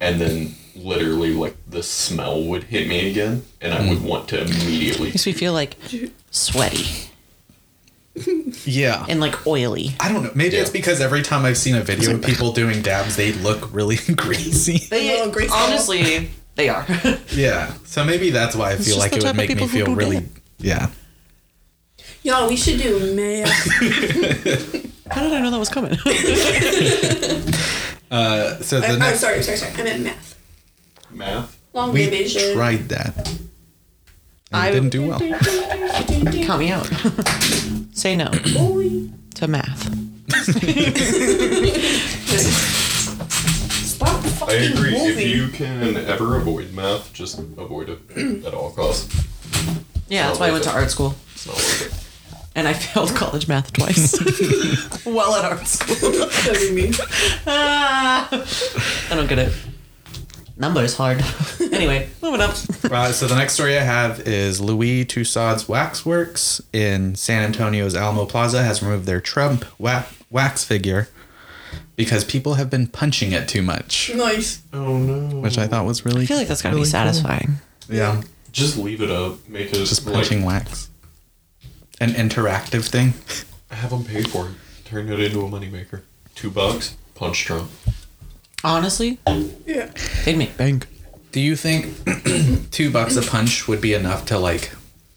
S4: and then literally like the smell would hit me again, and I would want to immediately.
S1: Makes me feel like sweaty
S3: Yeah.
S1: and like oily.
S3: I don't know. Maybe
S4: Yeah.
S3: it's because every time I've seen a video of people doing dabs, they look really greasy.
S2: They- little grease ball.
S1: honestly, they are.
S3: Yeah. So maybe that's why I feel
S1: just
S3: like
S1: the
S3: it
S1: type
S3: would
S1: of
S3: make me
S1: people who
S3: feel
S1: do
S3: really.
S1: dab.
S3: Yeah.
S2: Y'all, we should do math.
S1: How did I know that was coming?
S3: Uh, so the
S2: I'm
S3: next
S2: Oh, sorry, sorry, sorry. I meant math.
S4: Math.
S2: Long
S3: we
S2: division.
S3: tried that. And
S1: I-
S3: it didn't do well.
S1: Count me out. Say no to math.
S2: Stop the
S4: I
S2: fucking
S4: agree. If
S2: movie.
S4: you can ever avoid math, just avoid it at all costs.
S1: Yeah, that's why I went to art school.
S4: It's not worth it.
S1: And I failed college math twice. well, at art school.
S2: That'd be me.
S1: Ah, I don't get it. Numbers hard. anyway, moving up.
S3: Uh, so the next story I have is Louis Tussaud's Waxworks in San Antonio's Alamo Plaza has removed their Trump wa- wax figure because people have been punching it too much,
S2: Nice.
S4: Oh no.
S3: which I thought was really.
S1: I feel like that's gotta
S3: really
S1: be satisfying.
S3: cool. Yeah,
S4: Just leave it up. Make it
S3: just
S4: like,
S3: punching wax. An interactive thing.
S4: Have them pay for it. Turn it into a moneymaker. Two bucks. Punch Trump.
S1: Honestly,
S2: Yeah.
S1: paid me.
S3: Bank. Do you think two bucks a punch would be enough to like?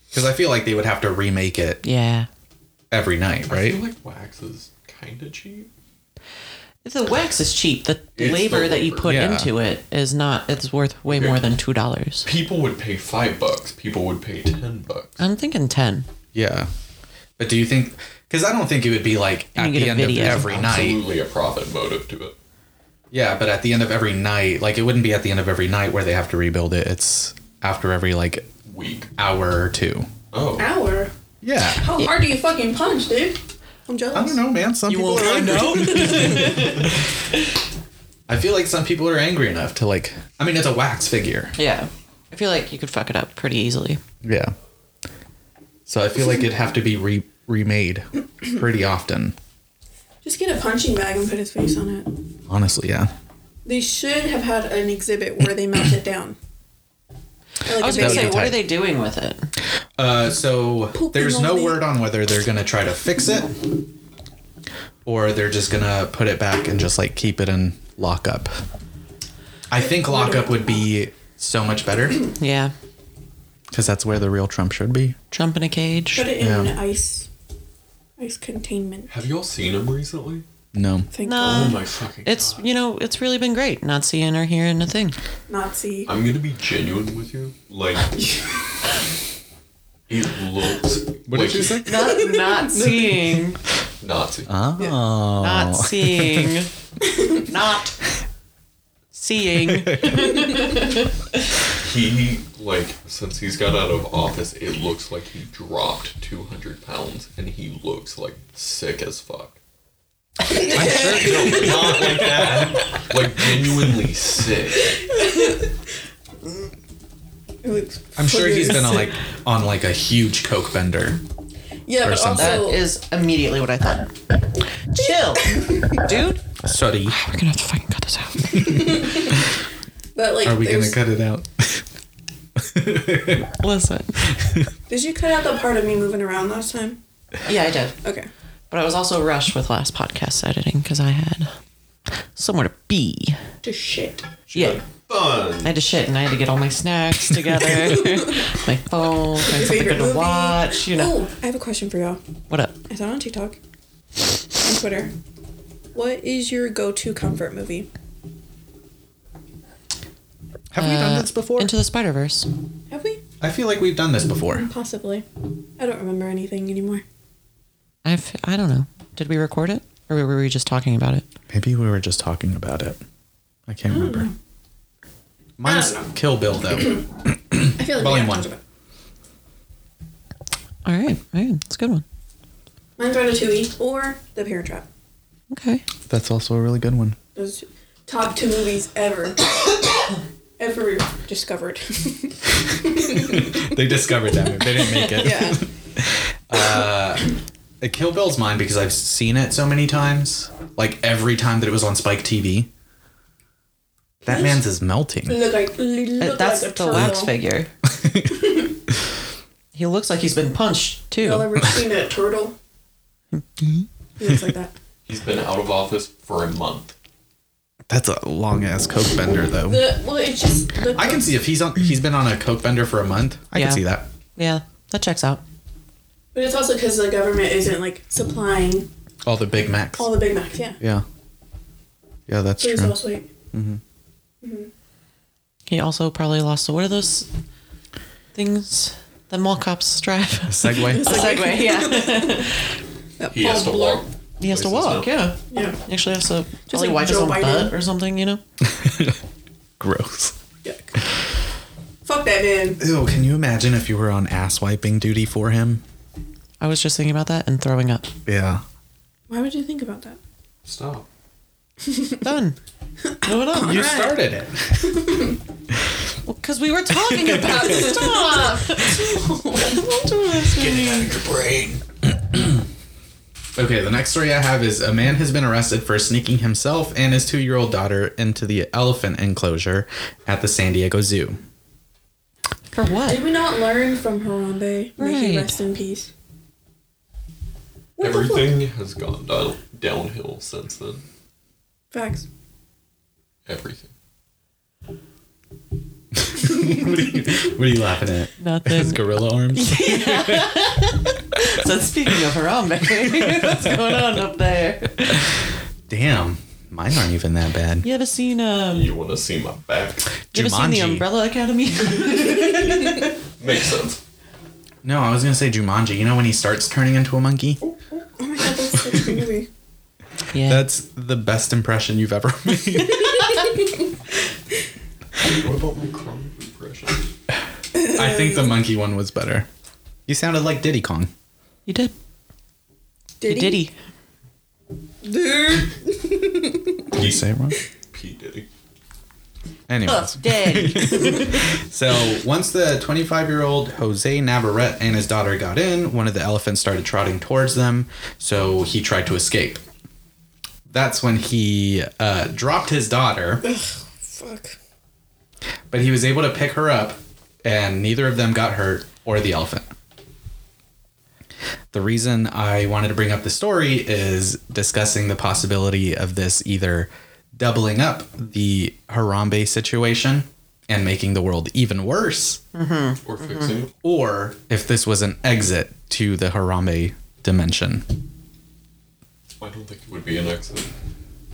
S3: Because I feel like they would have to remake it
S1: Yeah.
S3: every night,
S4: I
S3: right?
S4: feel like wax is kind of cheap.
S1: The wax is cheap. The
S4: the
S1: labor that you
S4: labor.
S1: put
S3: Yeah.
S1: into it is not, it's worth way more than $2.
S4: People would pay five bucks. People would pay ten bucks.
S1: I'm thinking 10.
S3: Yeah. But do you think? Because I don't think it would be like
S1: You
S3: at
S1: get
S3: the
S1: a
S3: end of
S1: video.
S3: every night.
S4: Absolutely a profit motive to it.
S3: Yeah, but at the end of every night, like it wouldn't be at the end of every night where they have to rebuild it. It's after every like
S4: Weak.
S3: hour or two.
S4: Oh.
S2: Hour.
S3: Yeah.
S2: How hard do you fucking punch, dude? I'm jealous.
S3: I don't know, man. Some people are angry. I feel like some people are angry enough to like. I mean, it's a wax figure.
S1: Yeah. I feel like you could fuck it up pretty easily.
S3: Yeah. So I feel like it'd have to be re- remade pretty often.
S2: Just get a punching bag and put his face on it.
S3: Honestly, yeah.
S2: They should have had an exhibit where they melt it down. Or like
S1: I was
S2: a
S1: gonna say,
S3: That would be
S2: video.
S1: what
S3: tight.
S1: are they doing with it?
S3: Uh, so
S2: Pooping
S3: there's
S2: on
S3: no
S2: me.
S3: word on whether they're gonna try to fix it, or they're just gonna put it back and just like keep it in lockup. I think lockup would be so much better
S1: Yeah.
S3: because that's where the real Trump should be.
S1: Trump in a cage.
S2: Put it in
S3: Yeah.
S2: an ice, ice containment.
S4: Have y'all seen him recently?
S3: No,
S2: Thank
S1: No.
S4: Oh
S2: God.
S4: my fucking
S1: It's,
S4: god.
S1: you know, it's really been great not seeing or hearing a thing.
S2: Nazi.
S4: I'm gonna be genuine with you. Like it looks
S3: what
S4: like
S3: did you say?
S1: Not, not seeing.
S4: Nazi.
S3: Oh,
S1: Not seeing. not seeing.
S4: He like since he's got out of office, it looks like he dropped two hundred pounds, and he looks like sick as fuck.
S3: I'm sure.
S4: No, not like that. Like genuinely sick.
S2: It looks
S3: I'm sure he's been on
S2: furious.
S3: like on like a huge coke bender.
S2: Yeah,
S3: or
S2: but
S3: something.
S1: That
S2: also
S1: is immediately what I thought. Chill, dude.
S3: Sorry,
S1: We're gonna have to fucking cut this out.
S2: But like,
S3: are we gonna
S2: there's-
S3: cut it out?
S1: Listen.
S2: Did you cut out the part of me moving around last time?
S1: Yeah, I did.
S2: Okay.
S1: But I was also rushed with last podcast editing because I had somewhere to be.
S2: To shit.
S1: Yeah.
S4: Fun.
S1: I had to shit and I had to get all my snacks together, my phone, find something
S2: favorite
S1: good to
S2: movie.
S1: watch, you know.
S2: Oh, I have a question for y'all.
S1: What up?
S2: I saw it on TikTok, on Twitter. What is your go-to comfort movie?
S3: Have we done
S1: Uh,
S3: this before?
S1: Into the Spider Verse.
S2: Have we?
S3: I feel like we've done this before.
S2: Possibly. I don't remember anything anymore.
S1: I f- I don't know. Did we record it? Or were we just talking about it?
S3: Maybe we were just talking about it. I can't remember. Mine's Kill Bill
S2: I
S3: though.
S2: feel like
S3: Volume
S2: we
S3: one.
S2: have talked about.
S1: All right. All right. It's a good one.
S2: Mine's Ratatouille or The Parent Trap.
S1: Okay.
S3: That's also a really good one.
S2: Those two- top two movies ever, ever discovered.
S3: They discovered that. but They didn't make it.
S2: yeah.
S3: uh, Kill Bill's mine because I've seen it so many times. Like every time that it was on Spike TV. That man's is melting.
S2: Look like look
S1: Uh, that's
S2: like a
S1: the wax
S2: turtle.
S1: figure. he looks like he's been punched
S2: Y'all
S1: too.
S2: ever seen a turtle? He looks like that.
S4: He's been out of office for a month.
S3: That's a long ass coke bender though.
S2: The well, it's just the,
S3: I can see if he's on he's been on a coke bender for a month. I
S1: Yeah.
S3: can see that.
S1: Yeah, that checks out.
S2: but it's also because the government isn't like supplying
S3: All the Big Macs.
S2: all the Big Macs. Yeah,
S3: yeah. Yeah, that's
S2: please
S3: true.
S2: also wait.
S1: He also probably lost. What are those things that mall cops drive?
S3: Segway.
S1: Segway. Yeah,
S4: He has to walk.
S1: he has to
S4: Places
S1: walk.
S4: now.
S1: Yeah,
S2: Yeah,
S1: actually has to probably
S2: like
S1: wipe his
S2: Joe
S1: own
S2: Biden.
S1: butt or something. You know.
S3: Gross.
S2: yuck. Fuck that man.
S3: Ew, can you imagine if you were on ass wiping duty for him?
S1: I was just thinking about that and throwing up.
S3: Yeah.
S2: Why would you think about that?
S4: Stop.
S1: Done. Moving on.
S3: You
S2: Alright.
S3: started it.
S1: Because we were talking about stuff. Don't do this to me.
S3: Okay, the next story I have is a man has been arrested for sneaking himself and his two year old daughter into the elephant enclosure at the San Diego Zoo.
S1: For what?
S2: Did we not learn from Harambe? May he
S1: Right.
S2: rest in peace. What the fuck?
S4: Everything has gone down, downhill since then.
S2: Facts.
S4: Everything.
S3: what, are you, what are you laughing at? His
S1: Nothing.
S3: gorilla arms?
S1: So speaking of Harambe, what's going on up there?
S3: Damn, mine aren't even that bad.
S1: You ever seen um? You
S4: You want to see my back?
S1: ever seen the
S3: Jumanji.
S1: Umbrella Academy?
S4: Makes sense.
S3: No, I was gonna say Jumanji. You know when he starts turning into a monkey?
S2: Oh my god, that's such a good movie.
S1: yeah.
S3: That's the best impression you've ever made.
S4: What about my chronic depression?
S3: I think the monkey one was better. You sounded like Diddy Kong.
S1: you did.
S2: Diddy.
S1: You diddy.
S2: Dude.
S3: Did you say it wrong?
S4: P Diddy.
S2: Oh,
S3: Anyways.
S1: Dead.
S3: So once the 25 year old Jose Navarrete and his daughter got in, one of the elephants started trotting towards them, so he tried to escape. That's when he uh, dropped his daughter,
S2: Fuck.
S3: but he was able to pick her up, and neither of them got hurt or the elephant. The reason I wanted to bring up the story is discussing the possibility of this either doubling up the Harambe situation and making the world even worse.
S4: Or fixing it.
S3: or if this was an exit to the Harambe dimension.
S4: I don't think it would be an exit.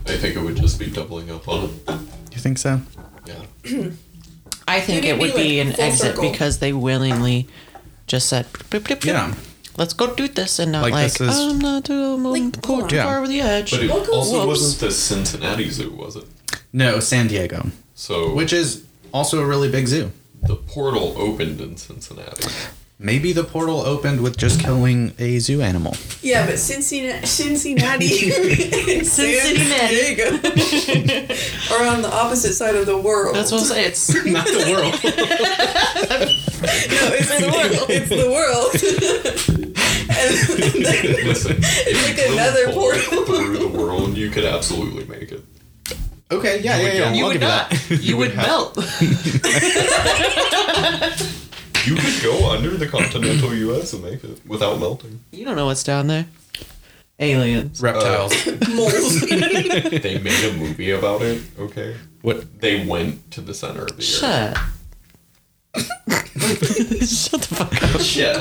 S4: I think it would just be doubling up on it.
S3: You think so?
S4: Yeah.
S1: I think
S2: Diddy
S1: it would be
S2: like
S1: an
S2: full
S1: exit
S2: circle.
S1: because they willingly just said, "Bloop, bloop, bloop,
S3: Yeah.
S1: let's go do this," and not like,
S3: Like, this is-
S1: I'm not too, I'm
S2: Like,
S1: too
S2: hold
S3: on.
S1: far over the edge.
S4: But it
S2: What goes-
S4: also
S2: Whoops.
S4: wasn't the Cincinnati Zoo, was it?
S3: No, San Diego,
S4: So
S3: which is also a really big zoo.
S4: the portal opened in Cincinnati.
S3: Maybe the portal opened with just killing a zoo animal.
S2: Yeah, but Cincinnati, Cincinnati, and San
S1: Cincinnati.
S2: Diego are on the opposite side of the world.
S1: That's what I'm saying. It's
S3: Not the world.
S2: No, it's the world. It's the world. and
S4: Listen, it's
S2: like another portal.
S4: through the world. You could absolutely make it.
S3: okay, yeah, yeah, yeah.
S1: you
S3: I'll
S1: would
S3: give
S1: not.
S3: that.
S1: You would melt.
S4: You could go under the continental U.S. and make it without melting.
S1: You don't know what's down there. Aliens.
S3: Reptiles.
S1: Uh,
S2: moles.
S4: They made a movie about it. Okay.
S3: what?
S4: They went to the center of the earth.
S1: Shut. Shut the fuck up.
S4: Shit.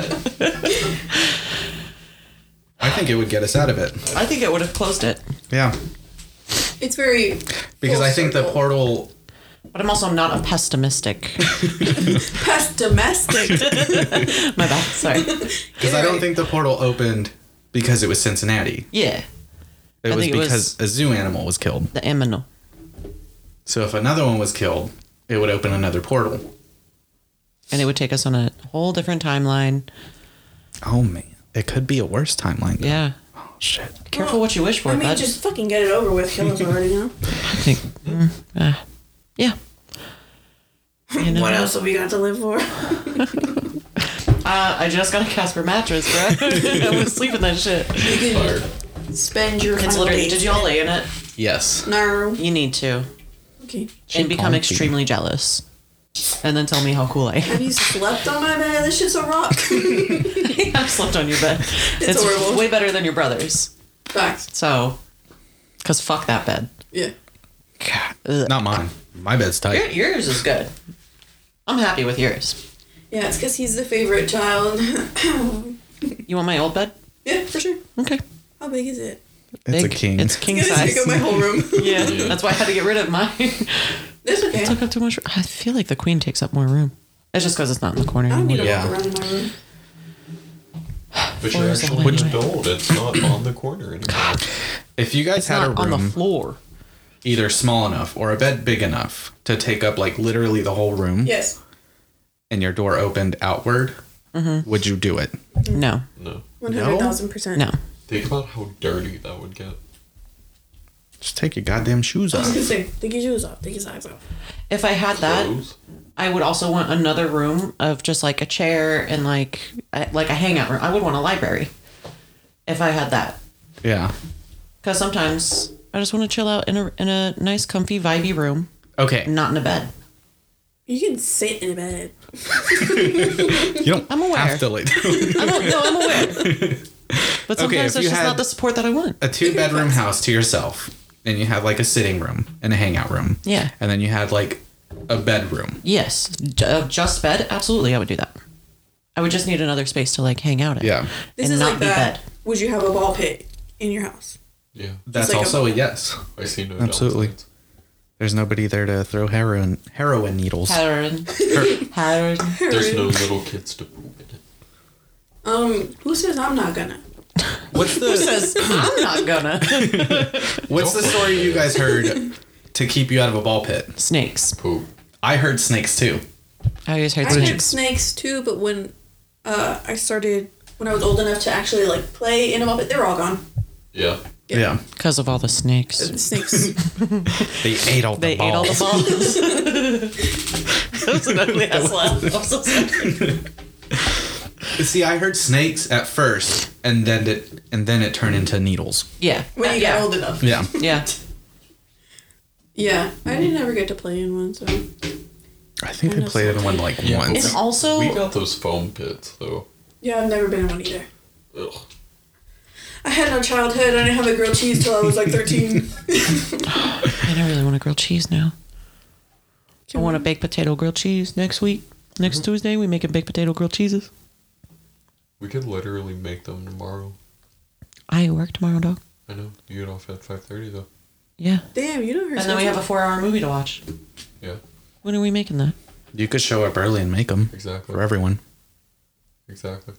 S3: I think it would get us out of it.
S1: I think it would have closed it,
S3: Yeah,
S2: It's very.
S3: because
S2: Full
S3: I think the
S2: circle.
S3: portal.
S1: but I'm also not a pessimistic.
S2: Past domestic.
S1: My bad. Sorry.
S3: Because I don't think the portal opened because it was Cincinnati.
S1: Yeah,
S3: It
S1: I
S3: was
S1: think it was-
S3: because a zoo animal was killed.
S1: the aminal.
S3: So if another one was killed, it would open another portal.
S1: and it would take us on a whole different timeline.
S3: Oh man, it could be a worse timeline. Though.
S1: Yeah.
S3: Oh shit.
S1: Careful what you wish for,
S2: I mean,
S1: bud.
S2: just fucking get it over with. Kill us already now.
S1: I think. mm, uh, yeah. You know,
S2: What else have we got to live for?
S1: Uh, I just got a Casper mattress, bro. I'm gonna sleep in that shit.
S2: You
S4: Fire.
S2: can spend your
S1: It's literally. Did you all lay in it?
S3: Yes.
S2: No.
S1: You need to,
S2: Okay.
S1: and become
S3: comfy.
S1: extremely jealous, and then tell me how cool I am.
S2: Have you slept on my bed? This shit's a rock.
S1: I've slept on your bed. It's,
S2: horrible.
S1: way better than your brother's.
S2: Facts.
S1: So, cause fuck that bed.
S2: Yeah.
S1: Ugh.
S3: Not mine. My bed's
S1: Your,
S3: tight.
S1: yours is good. I'm happy with yours.
S2: Yeah, it's because he's the favorite child.
S1: You want my old bed?
S2: yeah, for sure.
S1: Okay.
S2: How big is it?
S3: It's a
S1: Big.
S3: king.
S1: It's king
S2: I'm gonna
S1: size.
S2: take up my whole room.
S1: Yeah, that's why I had to get rid of mine.
S2: That's okay.
S1: Took up too much. I feel like the queen takes up more room. It's just because it's not in the corner
S2: I don't need
S1: anymore.
S2: to walk
S3: Yeah.
S2: around in my room.
S4: But
S1: Or
S4: you're
S1: is that
S4: actually
S1: what-
S4: an adult. It's not on the corner anymore.
S3: if you guys
S1: It's
S3: had a
S1: not on the
S3: room
S1: floor.
S3: either small enough or a bed big enough to take up like literally the whole room
S2: Yes.
S3: and your door opened outward,
S1: Mm-hmm.
S3: would you do it?
S1: No,
S4: No.
S2: One hundred thousand percent.
S1: no.
S4: Think about how dirty that would get.
S3: Just take your goddamn shoes
S2: I was
S3: off.
S2: gonna say, take your shoes off, take your socks off.
S1: If I had that,
S4: Clothes.
S1: I would also want another room of just like a chair and like a- like a hangout room. I would want a library if I had that.
S3: Yeah.
S1: Because sometimes I just want to chill out in a in a nice, comfy, vibey room,
S3: Okay.
S1: not in a bed.
S2: You can sit in a bed.
S3: You don't
S1: I'm aware.
S3: have to like
S1: I don't, no, I'm aware. But sometimes
S3: Okay, if
S1: that's
S3: you
S1: just
S3: had-
S1: not the support that I want.
S3: a two bedroom house to yourself and you had like a sitting room and a hangout room.
S1: Yeah.
S3: And then you had like a bedroom.
S1: Yes, j- uh, just bed. Absolutely, I would do that. I would just need another space to like hang out in.
S3: Yeah.
S2: This
S1: and
S2: is
S1: not
S2: like
S1: be
S2: that.
S1: bed.
S2: Would you have a ball pit in your house?
S4: Yeah.
S3: That's
S2: like a-
S3: also a yes.
S4: I see no
S3: Absolutely.
S4: downsides.
S3: There's nobody there to throw heroin heroin needles.
S1: Heron. Heron.
S4: There's no little kids to poop in it.
S2: Um, who says I'm not gonna?
S3: What's the
S1: Says, I'm not gonna.
S3: What's the story you guys heard to keep you out of a ball pit?
S1: Snakes.
S4: Poop.
S3: I heard snakes too.
S1: I always heard
S2: I heard
S1: snakes.
S2: snakes too, but when uh, I started, when I was old enough to actually like play in a ball pit, they're all gone.
S4: Yeah.
S2: Yeah.
S3: Yeah.
S1: Because of all the snakes.
S2: The snakes.
S3: They ate all
S1: They
S3: the balls.
S1: ate all the balls. that was an ugly ass laugh. I'm so sorry.
S3: See, I heard snakes at first, and then it and then it turned into needles.
S1: Yeah.
S2: when you get
S1: yeah.
S2: old enough.
S3: Yeah.
S1: Yeah.
S2: Yeah, I didn't ever get to play in one, so
S3: I think I played in one like
S4: Yeah.
S3: once.
S1: And also,
S4: We got those foam pits though.
S2: yeah, I've never been in one either.
S4: Ugh.
S2: I had no childhood. I didn't have a grilled cheese till I was like thirteen.
S1: man, I really want a grilled cheese now. I want a baked potato grilled cheese next week. Next Tuesday, we making baked potato grilled cheeses.
S4: We could literally make them tomorrow.
S1: I work tomorrow, dog.
S4: I know. You get off at five thirty though.
S1: Yeah.
S2: Damn, you don't.
S1: And then we have a four-hour movie to watch.
S4: Yeah.
S1: When are we making that?
S3: You could show up early and make them
S4: Exactly.
S3: for everyone.
S4: Exactly.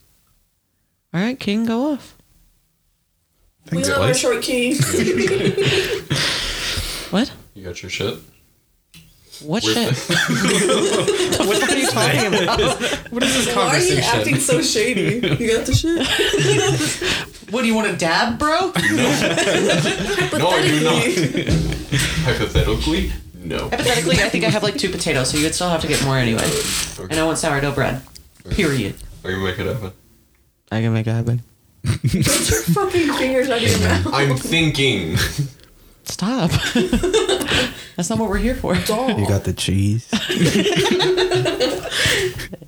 S1: All right, King, go off.
S2: We love our short king.
S1: What?
S4: You got your shit.
S1: What
S4: We're-
S1: shit? what are you talking about?
S3: What is this
S2: Why are you acting
S3: conversation?
S2: so shady? You got the shit.
S1: What do you want to dab, bro?
S4: No, I do not.
S2: Hypothetically,
S4: Hypothetically, no.
S1: Hypothetically, I think I have like two potatoes, so you'd still have to get more anyway. And I want sourdough bread. Period.
S4: Are you making it happen?
S1: I can make it happen.
S2: Get your fucking fingers out of your mouth.
S4: I'm thinking.
S1: Stop. That's not what we're here for.
S3: You got the cheese.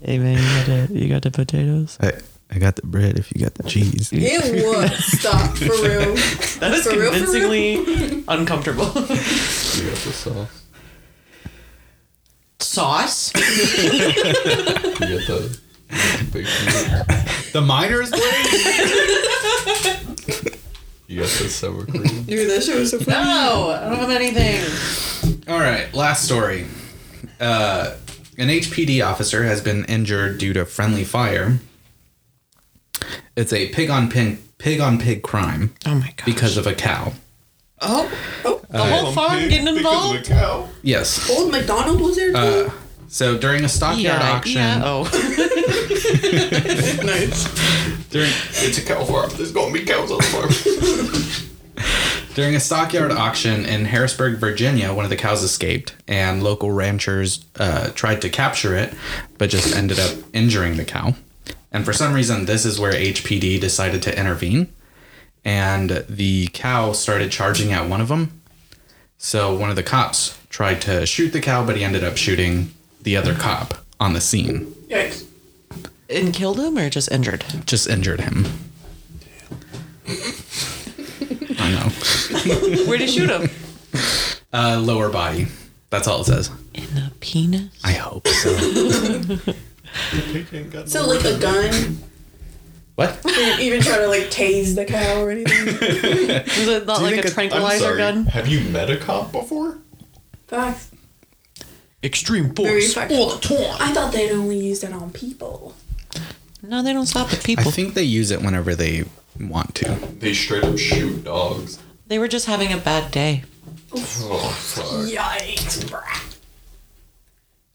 S1: Hey man, you got the, you got the potatoes.
S3: I, I got the bread. If you got the cheese,
S2: It would stop for real.
S1: That is
S2: For real, for
S1: convincingly uncomfortable.
S4: You got the sauce.
S1: Sauce.
S4: You got the. bacon.
S3: the miners.
S4: You got the sour cream.
S2: Dude, that shit was so funny.
S1: No, I don't have anything.
S3: All right, last story. Uh, an HPD officer has been injured due to friendly fire. It's a pig on pig pig on pig crime
S1: Oh my god.
S3: because of a cow.
S1: oh, the whole farm getting involved.
S3: Yes.
S2: Old McDonald was there too.
S3: Uh, so during a
S1: Yeah,
S3: stockyard auction,
S1: yeah. Oh,
S2: nice.
S3: during
S4: It's a cow farm. There's gonna be cows on the farm.
S3: during a stockyard auction in Harrisburg, Virginia, one of the cows escaped, and local ranchers uh, tried to capture it, but just ended up injuring the cow. And for some reason, this is where HPD decided to intervene. And the cow started charging at one of them. So one of the cops tried to shoot the cow, but he ended up shooting the other cop on the scene.
S2: Yikes.
S1: And killed him or just injured?
S3: Just injured him. I know.
S1: Where did you shoot him?
S3: Uh, lower body. That's all it says.
S1: In the penis.
S3: I hope so.
S2: So like a gun.
S3: what?
S2: Didn't even try to like tase the cow or anything.
S1: Was it not
S3: you
S1: like a
S3: think it- I'm
S4: I'm
S1: tranquilizer
S4: sorry.
S1: gun?
S4: Have you met a cop before?
S2: Facts.
S3: Extreme
S2: Very
S3: force.
S2: factual. I thought they'd only use that on people.
S1: No, they don't stop at
S3: I
S1: people.
S3: think they use it whenever they want to.
S4: They straight up shoot dogs.
S1: They were just having a bad day.
S4: Oh fuck.
S2: Yikes, bruh.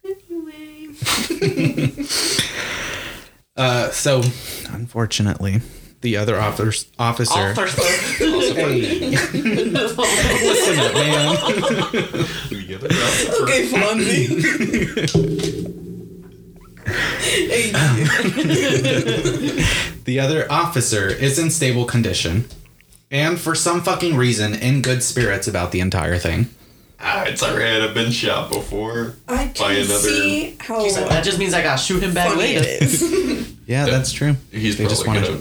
S2: Anyway.
S3: Uh, so, unfortunately, the other officer, officer, listen up, man.
S4: We get it out.
S2: Okay, Fonzie. hey,
S3: The other officer is in stable condition, and for some fucking reason, in good spirits about the entire thing.
S4: Ah, it's alright. I've been shot before.
S2: I
S4: By
S2: can
S4: another-
S2: see how
S1: that just means I gotta shoot him back
S2: funny
S1: later.
S2: it is.
S3: Yeah, that's true.
S4: He's
S3: they
S4: probably
S3: just wanted.
S4: gonna.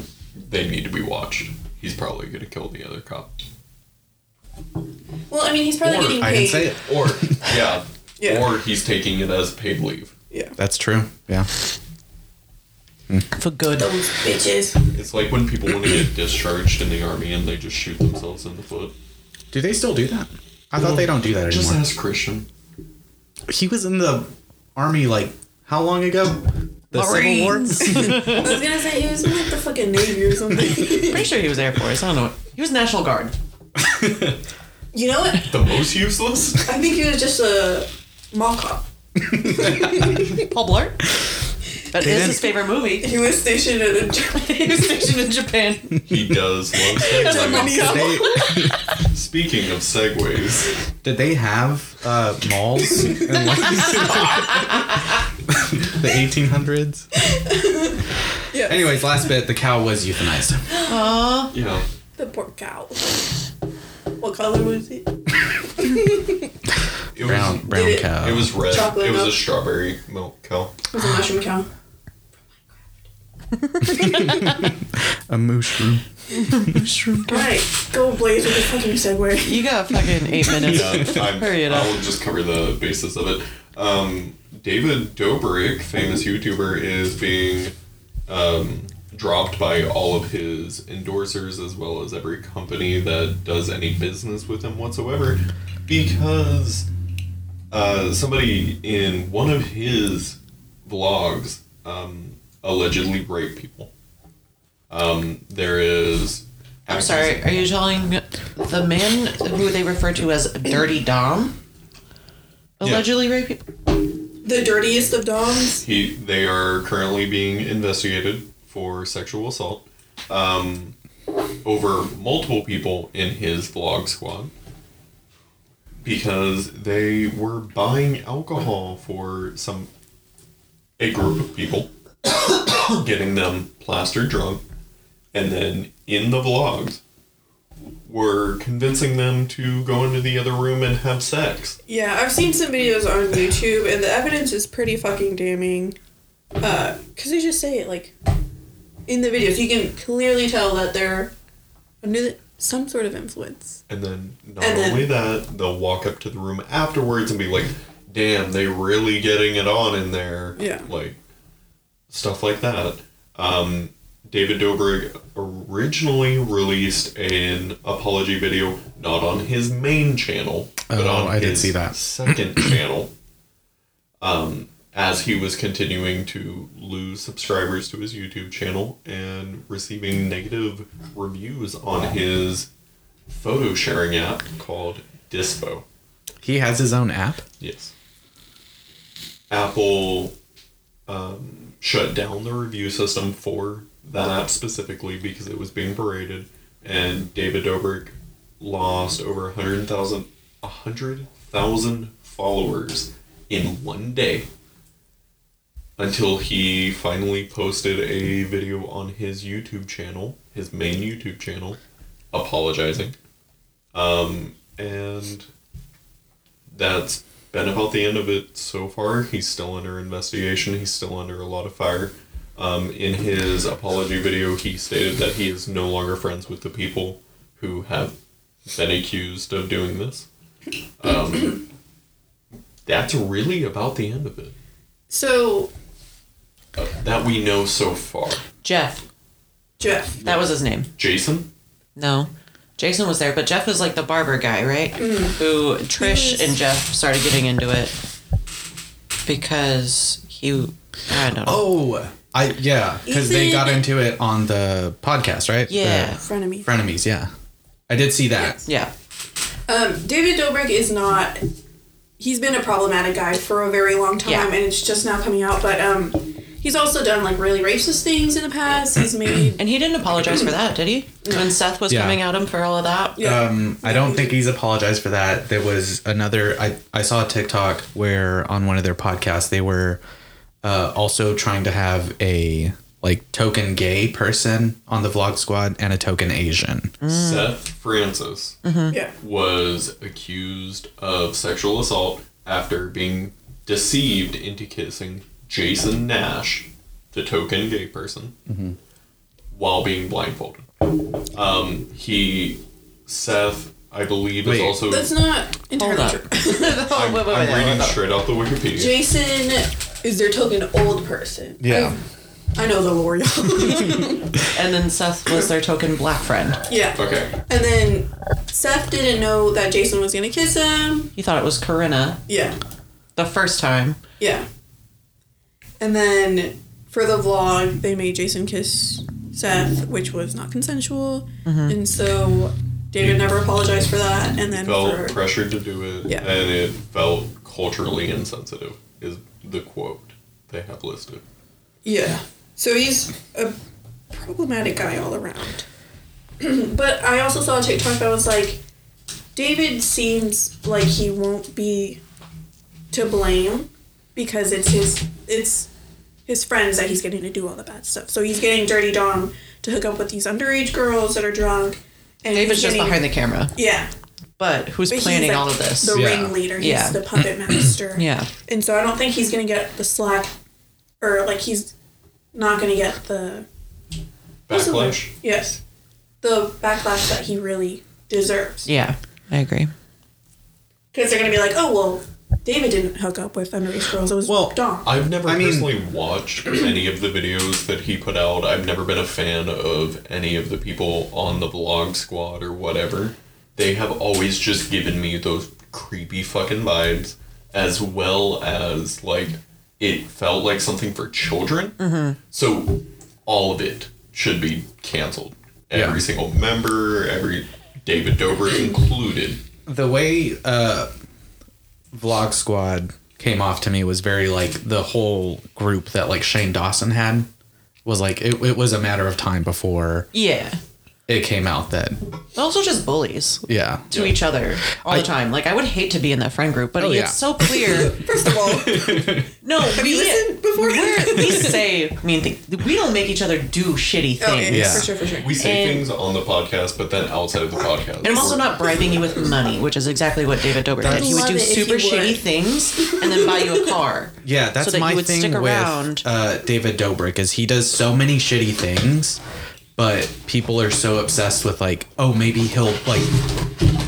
S4: They need to be watched. He's probably gonna kill the other cop.
S2: Well, I mean, he's probably
S4: Or-
S2: getting paid.
S3: I didn't say it.
S4: Or yeah.
S2: Yeah.
S4: Or he's taking it as paid leave.
S2: Yeah.
S3: That's true. Yeah.
S1: For good.
S2: Those bitches.
S4: It's like when people want to get discharged in the army and they just shoot themselves in the foot.
S3: Do they still do that? I thought they don't do that
S4: Just
S3: anymore.
S4: ask Christian.
S3: He was in the army like how long ago? The Civil War.
S2: I was gonna say he was in like the fucking Navy or something.
S1: Pretty sure he was Air Force. I don't know. What, he was National Guard.
S2: you know what?
S4: The most useless.
S2: I think he was just a mall cop.
S1: Paul Blart. That is
S3: didn't-
S1: his favorite movie.
S2: He was stationed at a
S1: he was stationed in Japan.
S4: he does love
S1: a
S4: segways.
S1: mini-
S3: They-
S4: Speaking of segways,
S3: Did they have uh, malls in like the 1800s?
S2: Yeah.
S3: Anyways, last bit, the cow was euthanized.
S4: yeah.
S2: the poor cow. What color was it?
S4: It
S3: Brown,
S4: was
S3: brown uh,
S2: Did it-
S3: cow.
S4: It was red.
S2: Chocolate
S4: it was a
S2: milk.
S4: strawberry milk cow.
S2: It was a mushroom cow.
S3: a mushroom.
S2: Alright, go blaze with the fucking segue.
S1: You got fucking eight minutes.
S4: I'm,
S1: Hurry it up.
S4: I'll just cover the basis of it. Um, David Dobrik, famous YouTuber, is being um, dropped by all of his endorsers as well as every company that does any business with him whatsoever because uh, somebody in one of his vlogs um, allegedly raped people. Um, there is.
S1: I'm sorry. Are you telling the man who they refer to as Dirty Dom? Allegedly raped people?
S2: The dirtiest of dogs.
S4: He, they are currently being investigated for sexual assault um, over multiple people in his vlog squad because they were buying alcohol for some a group of people, getting them plastered drunk, and then in the vlogs were convincing them to go into the other room and have sex.
S2: Yeah, I've seen some videos on YouTube and the evidence is pretty fucking damning. Uh, cause they just say it like in the videos. You can clearly tell that they're under some sort of influence.
S4: And then not
S2: And then-
S4: only that, they'll walk up to the room afterwards and be like, "Damn, they really getting it on in there."
S2: Yeah.
S4: like stuff like that. Um, David Dobrik originally released an apology video, not on his main channel, but
S3: Oh,
S4: on
S3: I did
S4: his
S3: see that.
S4: second channel. Um, as he was continuing to lose subscribers to his YouTube channel and receiving negative reviews on his photo sharing app called Dispo.
S3: He has his own app.
S4: Yes. Apple um, shut down the review system for that app specifically because it was being paraded, and David Dobrik lost over 100,000 100,000 followers in one day until he finally posted a video on his YouTube channel, his main YouTube channel, apologizing. Um, and that's been about the end of it so far. He's still under investigation, he's still under a lot of fire. Um, in his apology video, he stated that he is no longer friends with the people who have been accused of doing this. Um, that's really about the end of it
S2: So,
S4: uh, that we know so far.
S1: Jeff.
S2: Jeff.
S1: That was his name.
S4: Jason,
S1: No. Jason was there, but Jeff was like the barber guy, right? Who Trish and Jeff started getting into it because he. I don't know.
S3: Oh, I yeah, because they
S2: Ethan-
S3: got into it on the podcast, right?
S1: Yeah.
S2: Frenemy.
S3: the frenemies. Yeah, I did see that.
S1: Yeah.
S2: Um, David Dobrik is not. He's been a problematic guy for a very long time,
S1: Yeah.
S2: and it's just now coming out. But um, he's also done like really racist things in the past. He's made.
S1: And he didn't apologize for that, did he? When Seth was
S3: Yeah.
S1: coming at him for all of that?
S2: Yeah.
S3: Um, I don't think he's apologized for that. There was another. I I saw a TikTok where on one of their podcasts they were uh, also trying to have a like token gay person on the vlog squad and a token Asian.
S4: Seth Francis,
S2: yeah.
S4: was accused of sexual assault after being deceived into kissing Jason Nash, the token gay person, while being blindfolded. Um, he, Seth, I believe, is
S3: Wait.
S4: also.
S2: That's not entirely
S1: up.
S2: true.
S4: I'm,
S1: wait, wait,
S4: I'm
S1: wait,
S4: reading
S1: wait.
S4: straight out the Wikipedia.
S2: Jason is their token old person.
S3: Yeah.
S2: I know the lore, y'all.
S1: And then Seth was their token black friend.
S2: yeah.
S4: okay.
S2: And then Seth didn't know that Jason was gonna kiss him.
S1: He thought it was Corinna
S2: Yeah.
S1: the first time.
S2: Yeah. And then for the vlog, they made Jason kiss Seth, which was not consensual. And so David never apologized for that. And then
S4: Felt
S2: for.
S4: pressured to do it,
S2: Yeah.
S4: and it felt culturally insensitive, is the quote they have listed.
S2: Yeah. So he's a problematic guy all around. but I also saw a TikTok that was like, David seems like he won't be to blame because it's his it's his friends that he's getting to do all the bad stuff. So he's getting dirty dom to hook up with these underage girls that are drunk. And
S1: David's just behind the camera.
S2: yeah.
S1: But who's
S2: But he's,
S1: planning
S2: like,
S1: all of this?
S2: The
S3: Yeah.
S2: ringleader. He's
S1: Yeah.
S2: the puppet master.
S1: yeah.
S2: And so I don't think he's gonna get the slack, or like he's not gonna get the what's the word?
S4: Backlash?
S2: Yes, the backlash that he really deserves.
S1: Yeah. I agree.
S2: Because they're gonna be like, oh well, David didn't hook up with underage girls. It was
S3: Well,
S2: Dom.
S4: I've never
S3: I mean-
S4: personally watched any of the videos that he put out. I've never been a fan of any of the people on the vlog squad or whatever. They have always just given me those creepy fucking vibes, as well as like it felt like something for children.
S1: Mm-hmm.
S4: So all of it should be canceled. Every
S3: Yeah.
S4: single member, every David Dobrik included.
S3: the way uh vlog squad came off to me was very like the whole group that like shane dawson had was like it, it was a matter of time before
S1: Yeah.
S3: it came out that
S1: But also just bullies
S3: yeah
S1: to each other all the time. Like I would hate to be in that friend group, but
S3: Oh,
S1: it's
S3: yeah.
S1: so clear.
S2: First of all,
S1: No, we
S2: listened before?
S1: We're at least say mean things. We don't make each other do shitty things.
S2: oh, yeah,
S3: Yeah.
S2: for sure, for sure.
S4: We say
S1: And-
S4: things on the podcast, but then outside of the podcast.
S1: And I'm also
S4: we're-
S1: not bribing you with money, which is exactly what David Dobrik did. He would
S2: Love
S1: do
S2: it if
S1: super
S2: you would.
S1: shitty things and then buy you a car.
S3: yeah that's
S1: So that
S3: my
S1: you would
S3: thing
S1: stick around.
S3: with uh david dobrik is he does so many shitty things but people are so obsessed with like oh maybe he'll like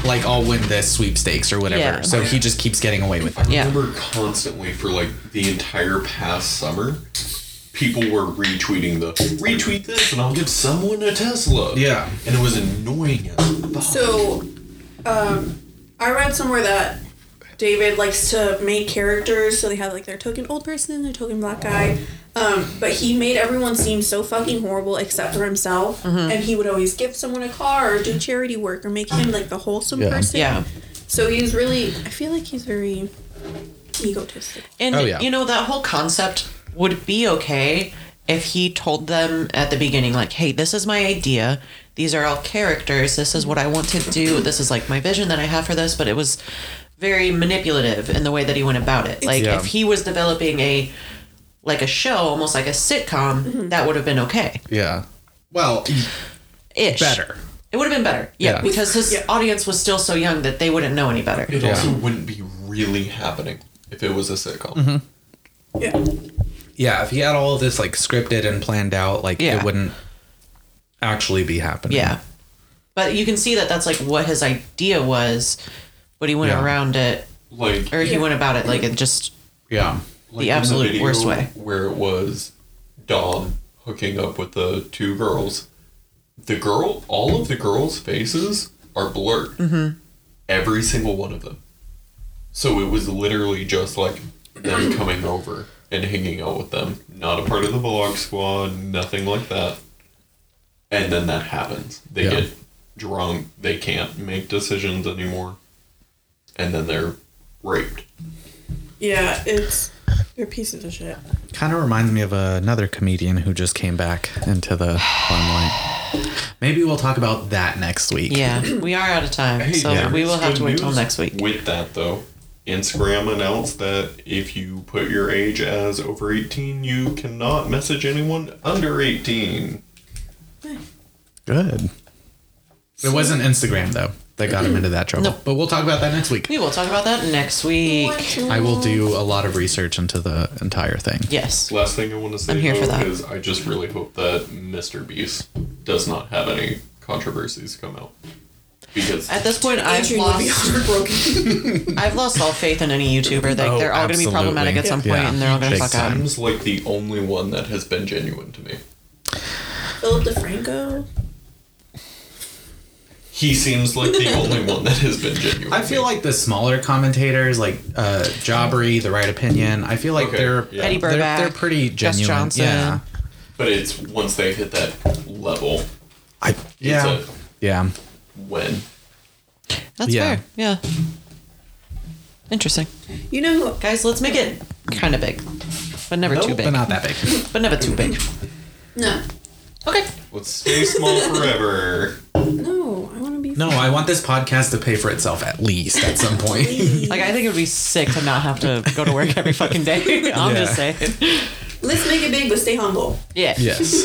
S3: like i'll win this sweepstakes or whatever
S1: Yeah.
S3: so he just keeps getting away with it
S1: Yeah.
S4: I remember constantly for like the entire past summer, people were retweeting the retweet this and I'll give someone a Tesla.
S3: Yeah.
S4: And it was annoying as fuck.
S2: So, um, I read somewhere that David likes to make characters, so they have like their token old person, their token black guy. Um, but he made everyone seem so fucking horrible except for himself,
S3: Mm-hmm.
S2: and he would always give someone a car or do charity work or make him like the wholesome
S3: Yeah.
S2: person.
S1: Yeah.
S2: So he's really, I feel like he's very egotistic.
S1: And
S3: Oh, yeah.
S1: you know that whole concept would be okay if he told them at the beginning like, "Hey, this is my idea. These are all characters. This is what I want to do. This is like my vision that I have for this." But it was very manipulative in the way that he went about it. Like
S3: Yeah.
S1: if he was developing a like a show, almost like a sitcom, that would have been okay.
S3: Yeah. Well,
S1: Ish.
S3: better.
S1: It would have been better. Yeah,
S3: Yeah.
S1: because his
S2: Yeah.
S1: audience was still so young that they wouldn't know any better.
S4: It
S3: Yeah. Mm-hmm.
S4: also wouldn't be really happening if it was a sitcom.
S2: Yeah.
S3: Yeah, if he had all of this like scripted and planned out, like
S1: Yeah.
S3: it wouldn't actually be happening.
S1: Yeah. But you can see that that's like what his idea was, but he went
S3: Yeah.
S1: around it,
S4: Like,
S1: or he
S2: Yeah.
S1: went about it like it just.
S3: Yeah.
S4: like
S1: the absolute
S4: video
S1: worst way.
S4: Where it was Dom hooking up with the two girls. The girl, all of the girls' faces are blurred.
S1: Mm-hmm.
S4: Every single one of them. So it was literally just like them coming over and hanging out with them. Not a part of the vlog squad, nothing like that. And then that happens. They
S3: Yeah.
S4: get drunk, they can't make decisions anymore. And then they're raped.
S2: Yeah, it's they're pieces of shit.
S3: Kind of reminds me of another comedian who just came back into the limelight. Maybe we'll talk about that next week.
S1: Yeah, we are out of time,
S4: Hey,
S1: so
S4: there
S1: we
S4: is
S1: will have
S4: good
S1: to wait till
S4: news
S1: next week.
S4: With that, though, Instagram announced that if you put your age as over 18, you cannot message anyone under 18.
S3: Good. It wasn't Instagram though that got him into that trouble.
S1: No.
S3: But we'll talk about that next week.
S1: We will talk about that next week.
S3: I will do a lot of research into the entire thing.
S1: Yes.
S4: Last thing I want to say
S1: I'm here for
S4: though,
S1: that.
S4: is I just really hope that Mr. Beast does not have any controversies come out. Because
S1: At this point, I've
S2: Adrian would be
S1: lost.
S2: heartbroken.
S1: I've lost all faith in any YouTuber. Like
S3: Oh,
S1: they're all going to be
S3: absolutely.
S1: problematic at some
S3: Yeah.
S1: point, and they're all going to
S3: Big
S1: fuck
S3: time.
S1: up.
S4: Sam's like the only one that has been genuine to me.
S2: Philip DeFranco.
S4: He seems like the only one that has been genuine.
S3: I
S4: to
S3: feel
S4: me.
S3: like the smaller commentators, like uh, Jobbery, The Right Opinion, I feel like
S4: Okay,
S3: they're,
S4: yeah.
S1: Eddie
S4: Eddie
S3: they're
S1: Burback.
S3: they're pretty genuine.
S1: Johnson.
S3: Yeah,
S4: But it's once they hit that level,
S3: I yeah
S4: it's a
S3: yeah.
S4: when.
S1: That's
S3: Yeah.
S1: fair. Yeah. Interesting,
S2: You know who?
S1: guys. Let's make it kind of big, but never too
S3: Nope,
S1: big.
S3: but not that big.
S1: but never too big.
S2: No.
S1: Okay.
S4: Let's stay small forever.
S2: No, I want to be.
S3: No, I want this podcast to pay for itself at least at some point.
S1: Like I think it would be sick to not have to go to work every fucking day. I'm
S3: Yeah.
S1: just saying.
S2: Let's make it big, but stay humble.
S1: Yeah.
S3: yes.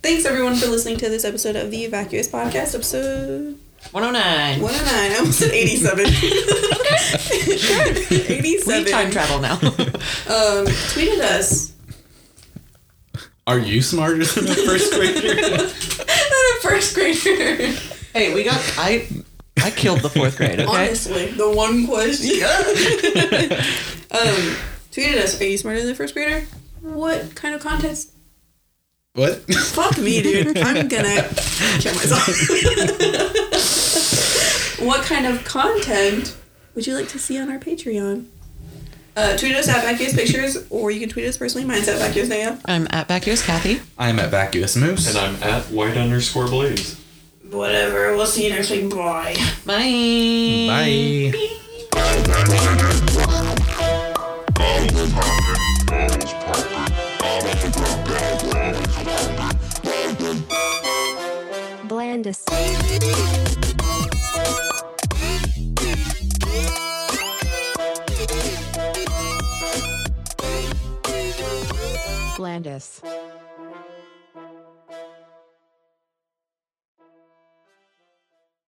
S2: Thanks everyone for listening to this episode of the Vacuous Podcast, episode
S1: 109.
S2: 109. I almost said 87. 87.
S1: We time travel now.
S2: um, tweeted us.
S3: Are you smarter than the first grader?
S2: Not a first grader.
S1: hey, we got I I killed the fourth grade, okay?
S2: Honestly, the one question. um, tweeted us. Are you smarter than a first grader? What kind of contest?
S3: what?
S2: Fuck me, dude. I'm gonna kill myself. what kind of content would you like to see on our Patreon? Uh, tweet us at Vacuous Pictures, or you can tweet us personally. Mine's at Vacuous Naya.
S1: I'm at Vacuous Kathy.
S3: I'm at Vacuous Moose.
S4: And I'm at white underscore blaze.
S2: Whatever. We'll see you next week. Bye.
S1: Bye.
S3: Bye.
S6: Blandis. Blandis.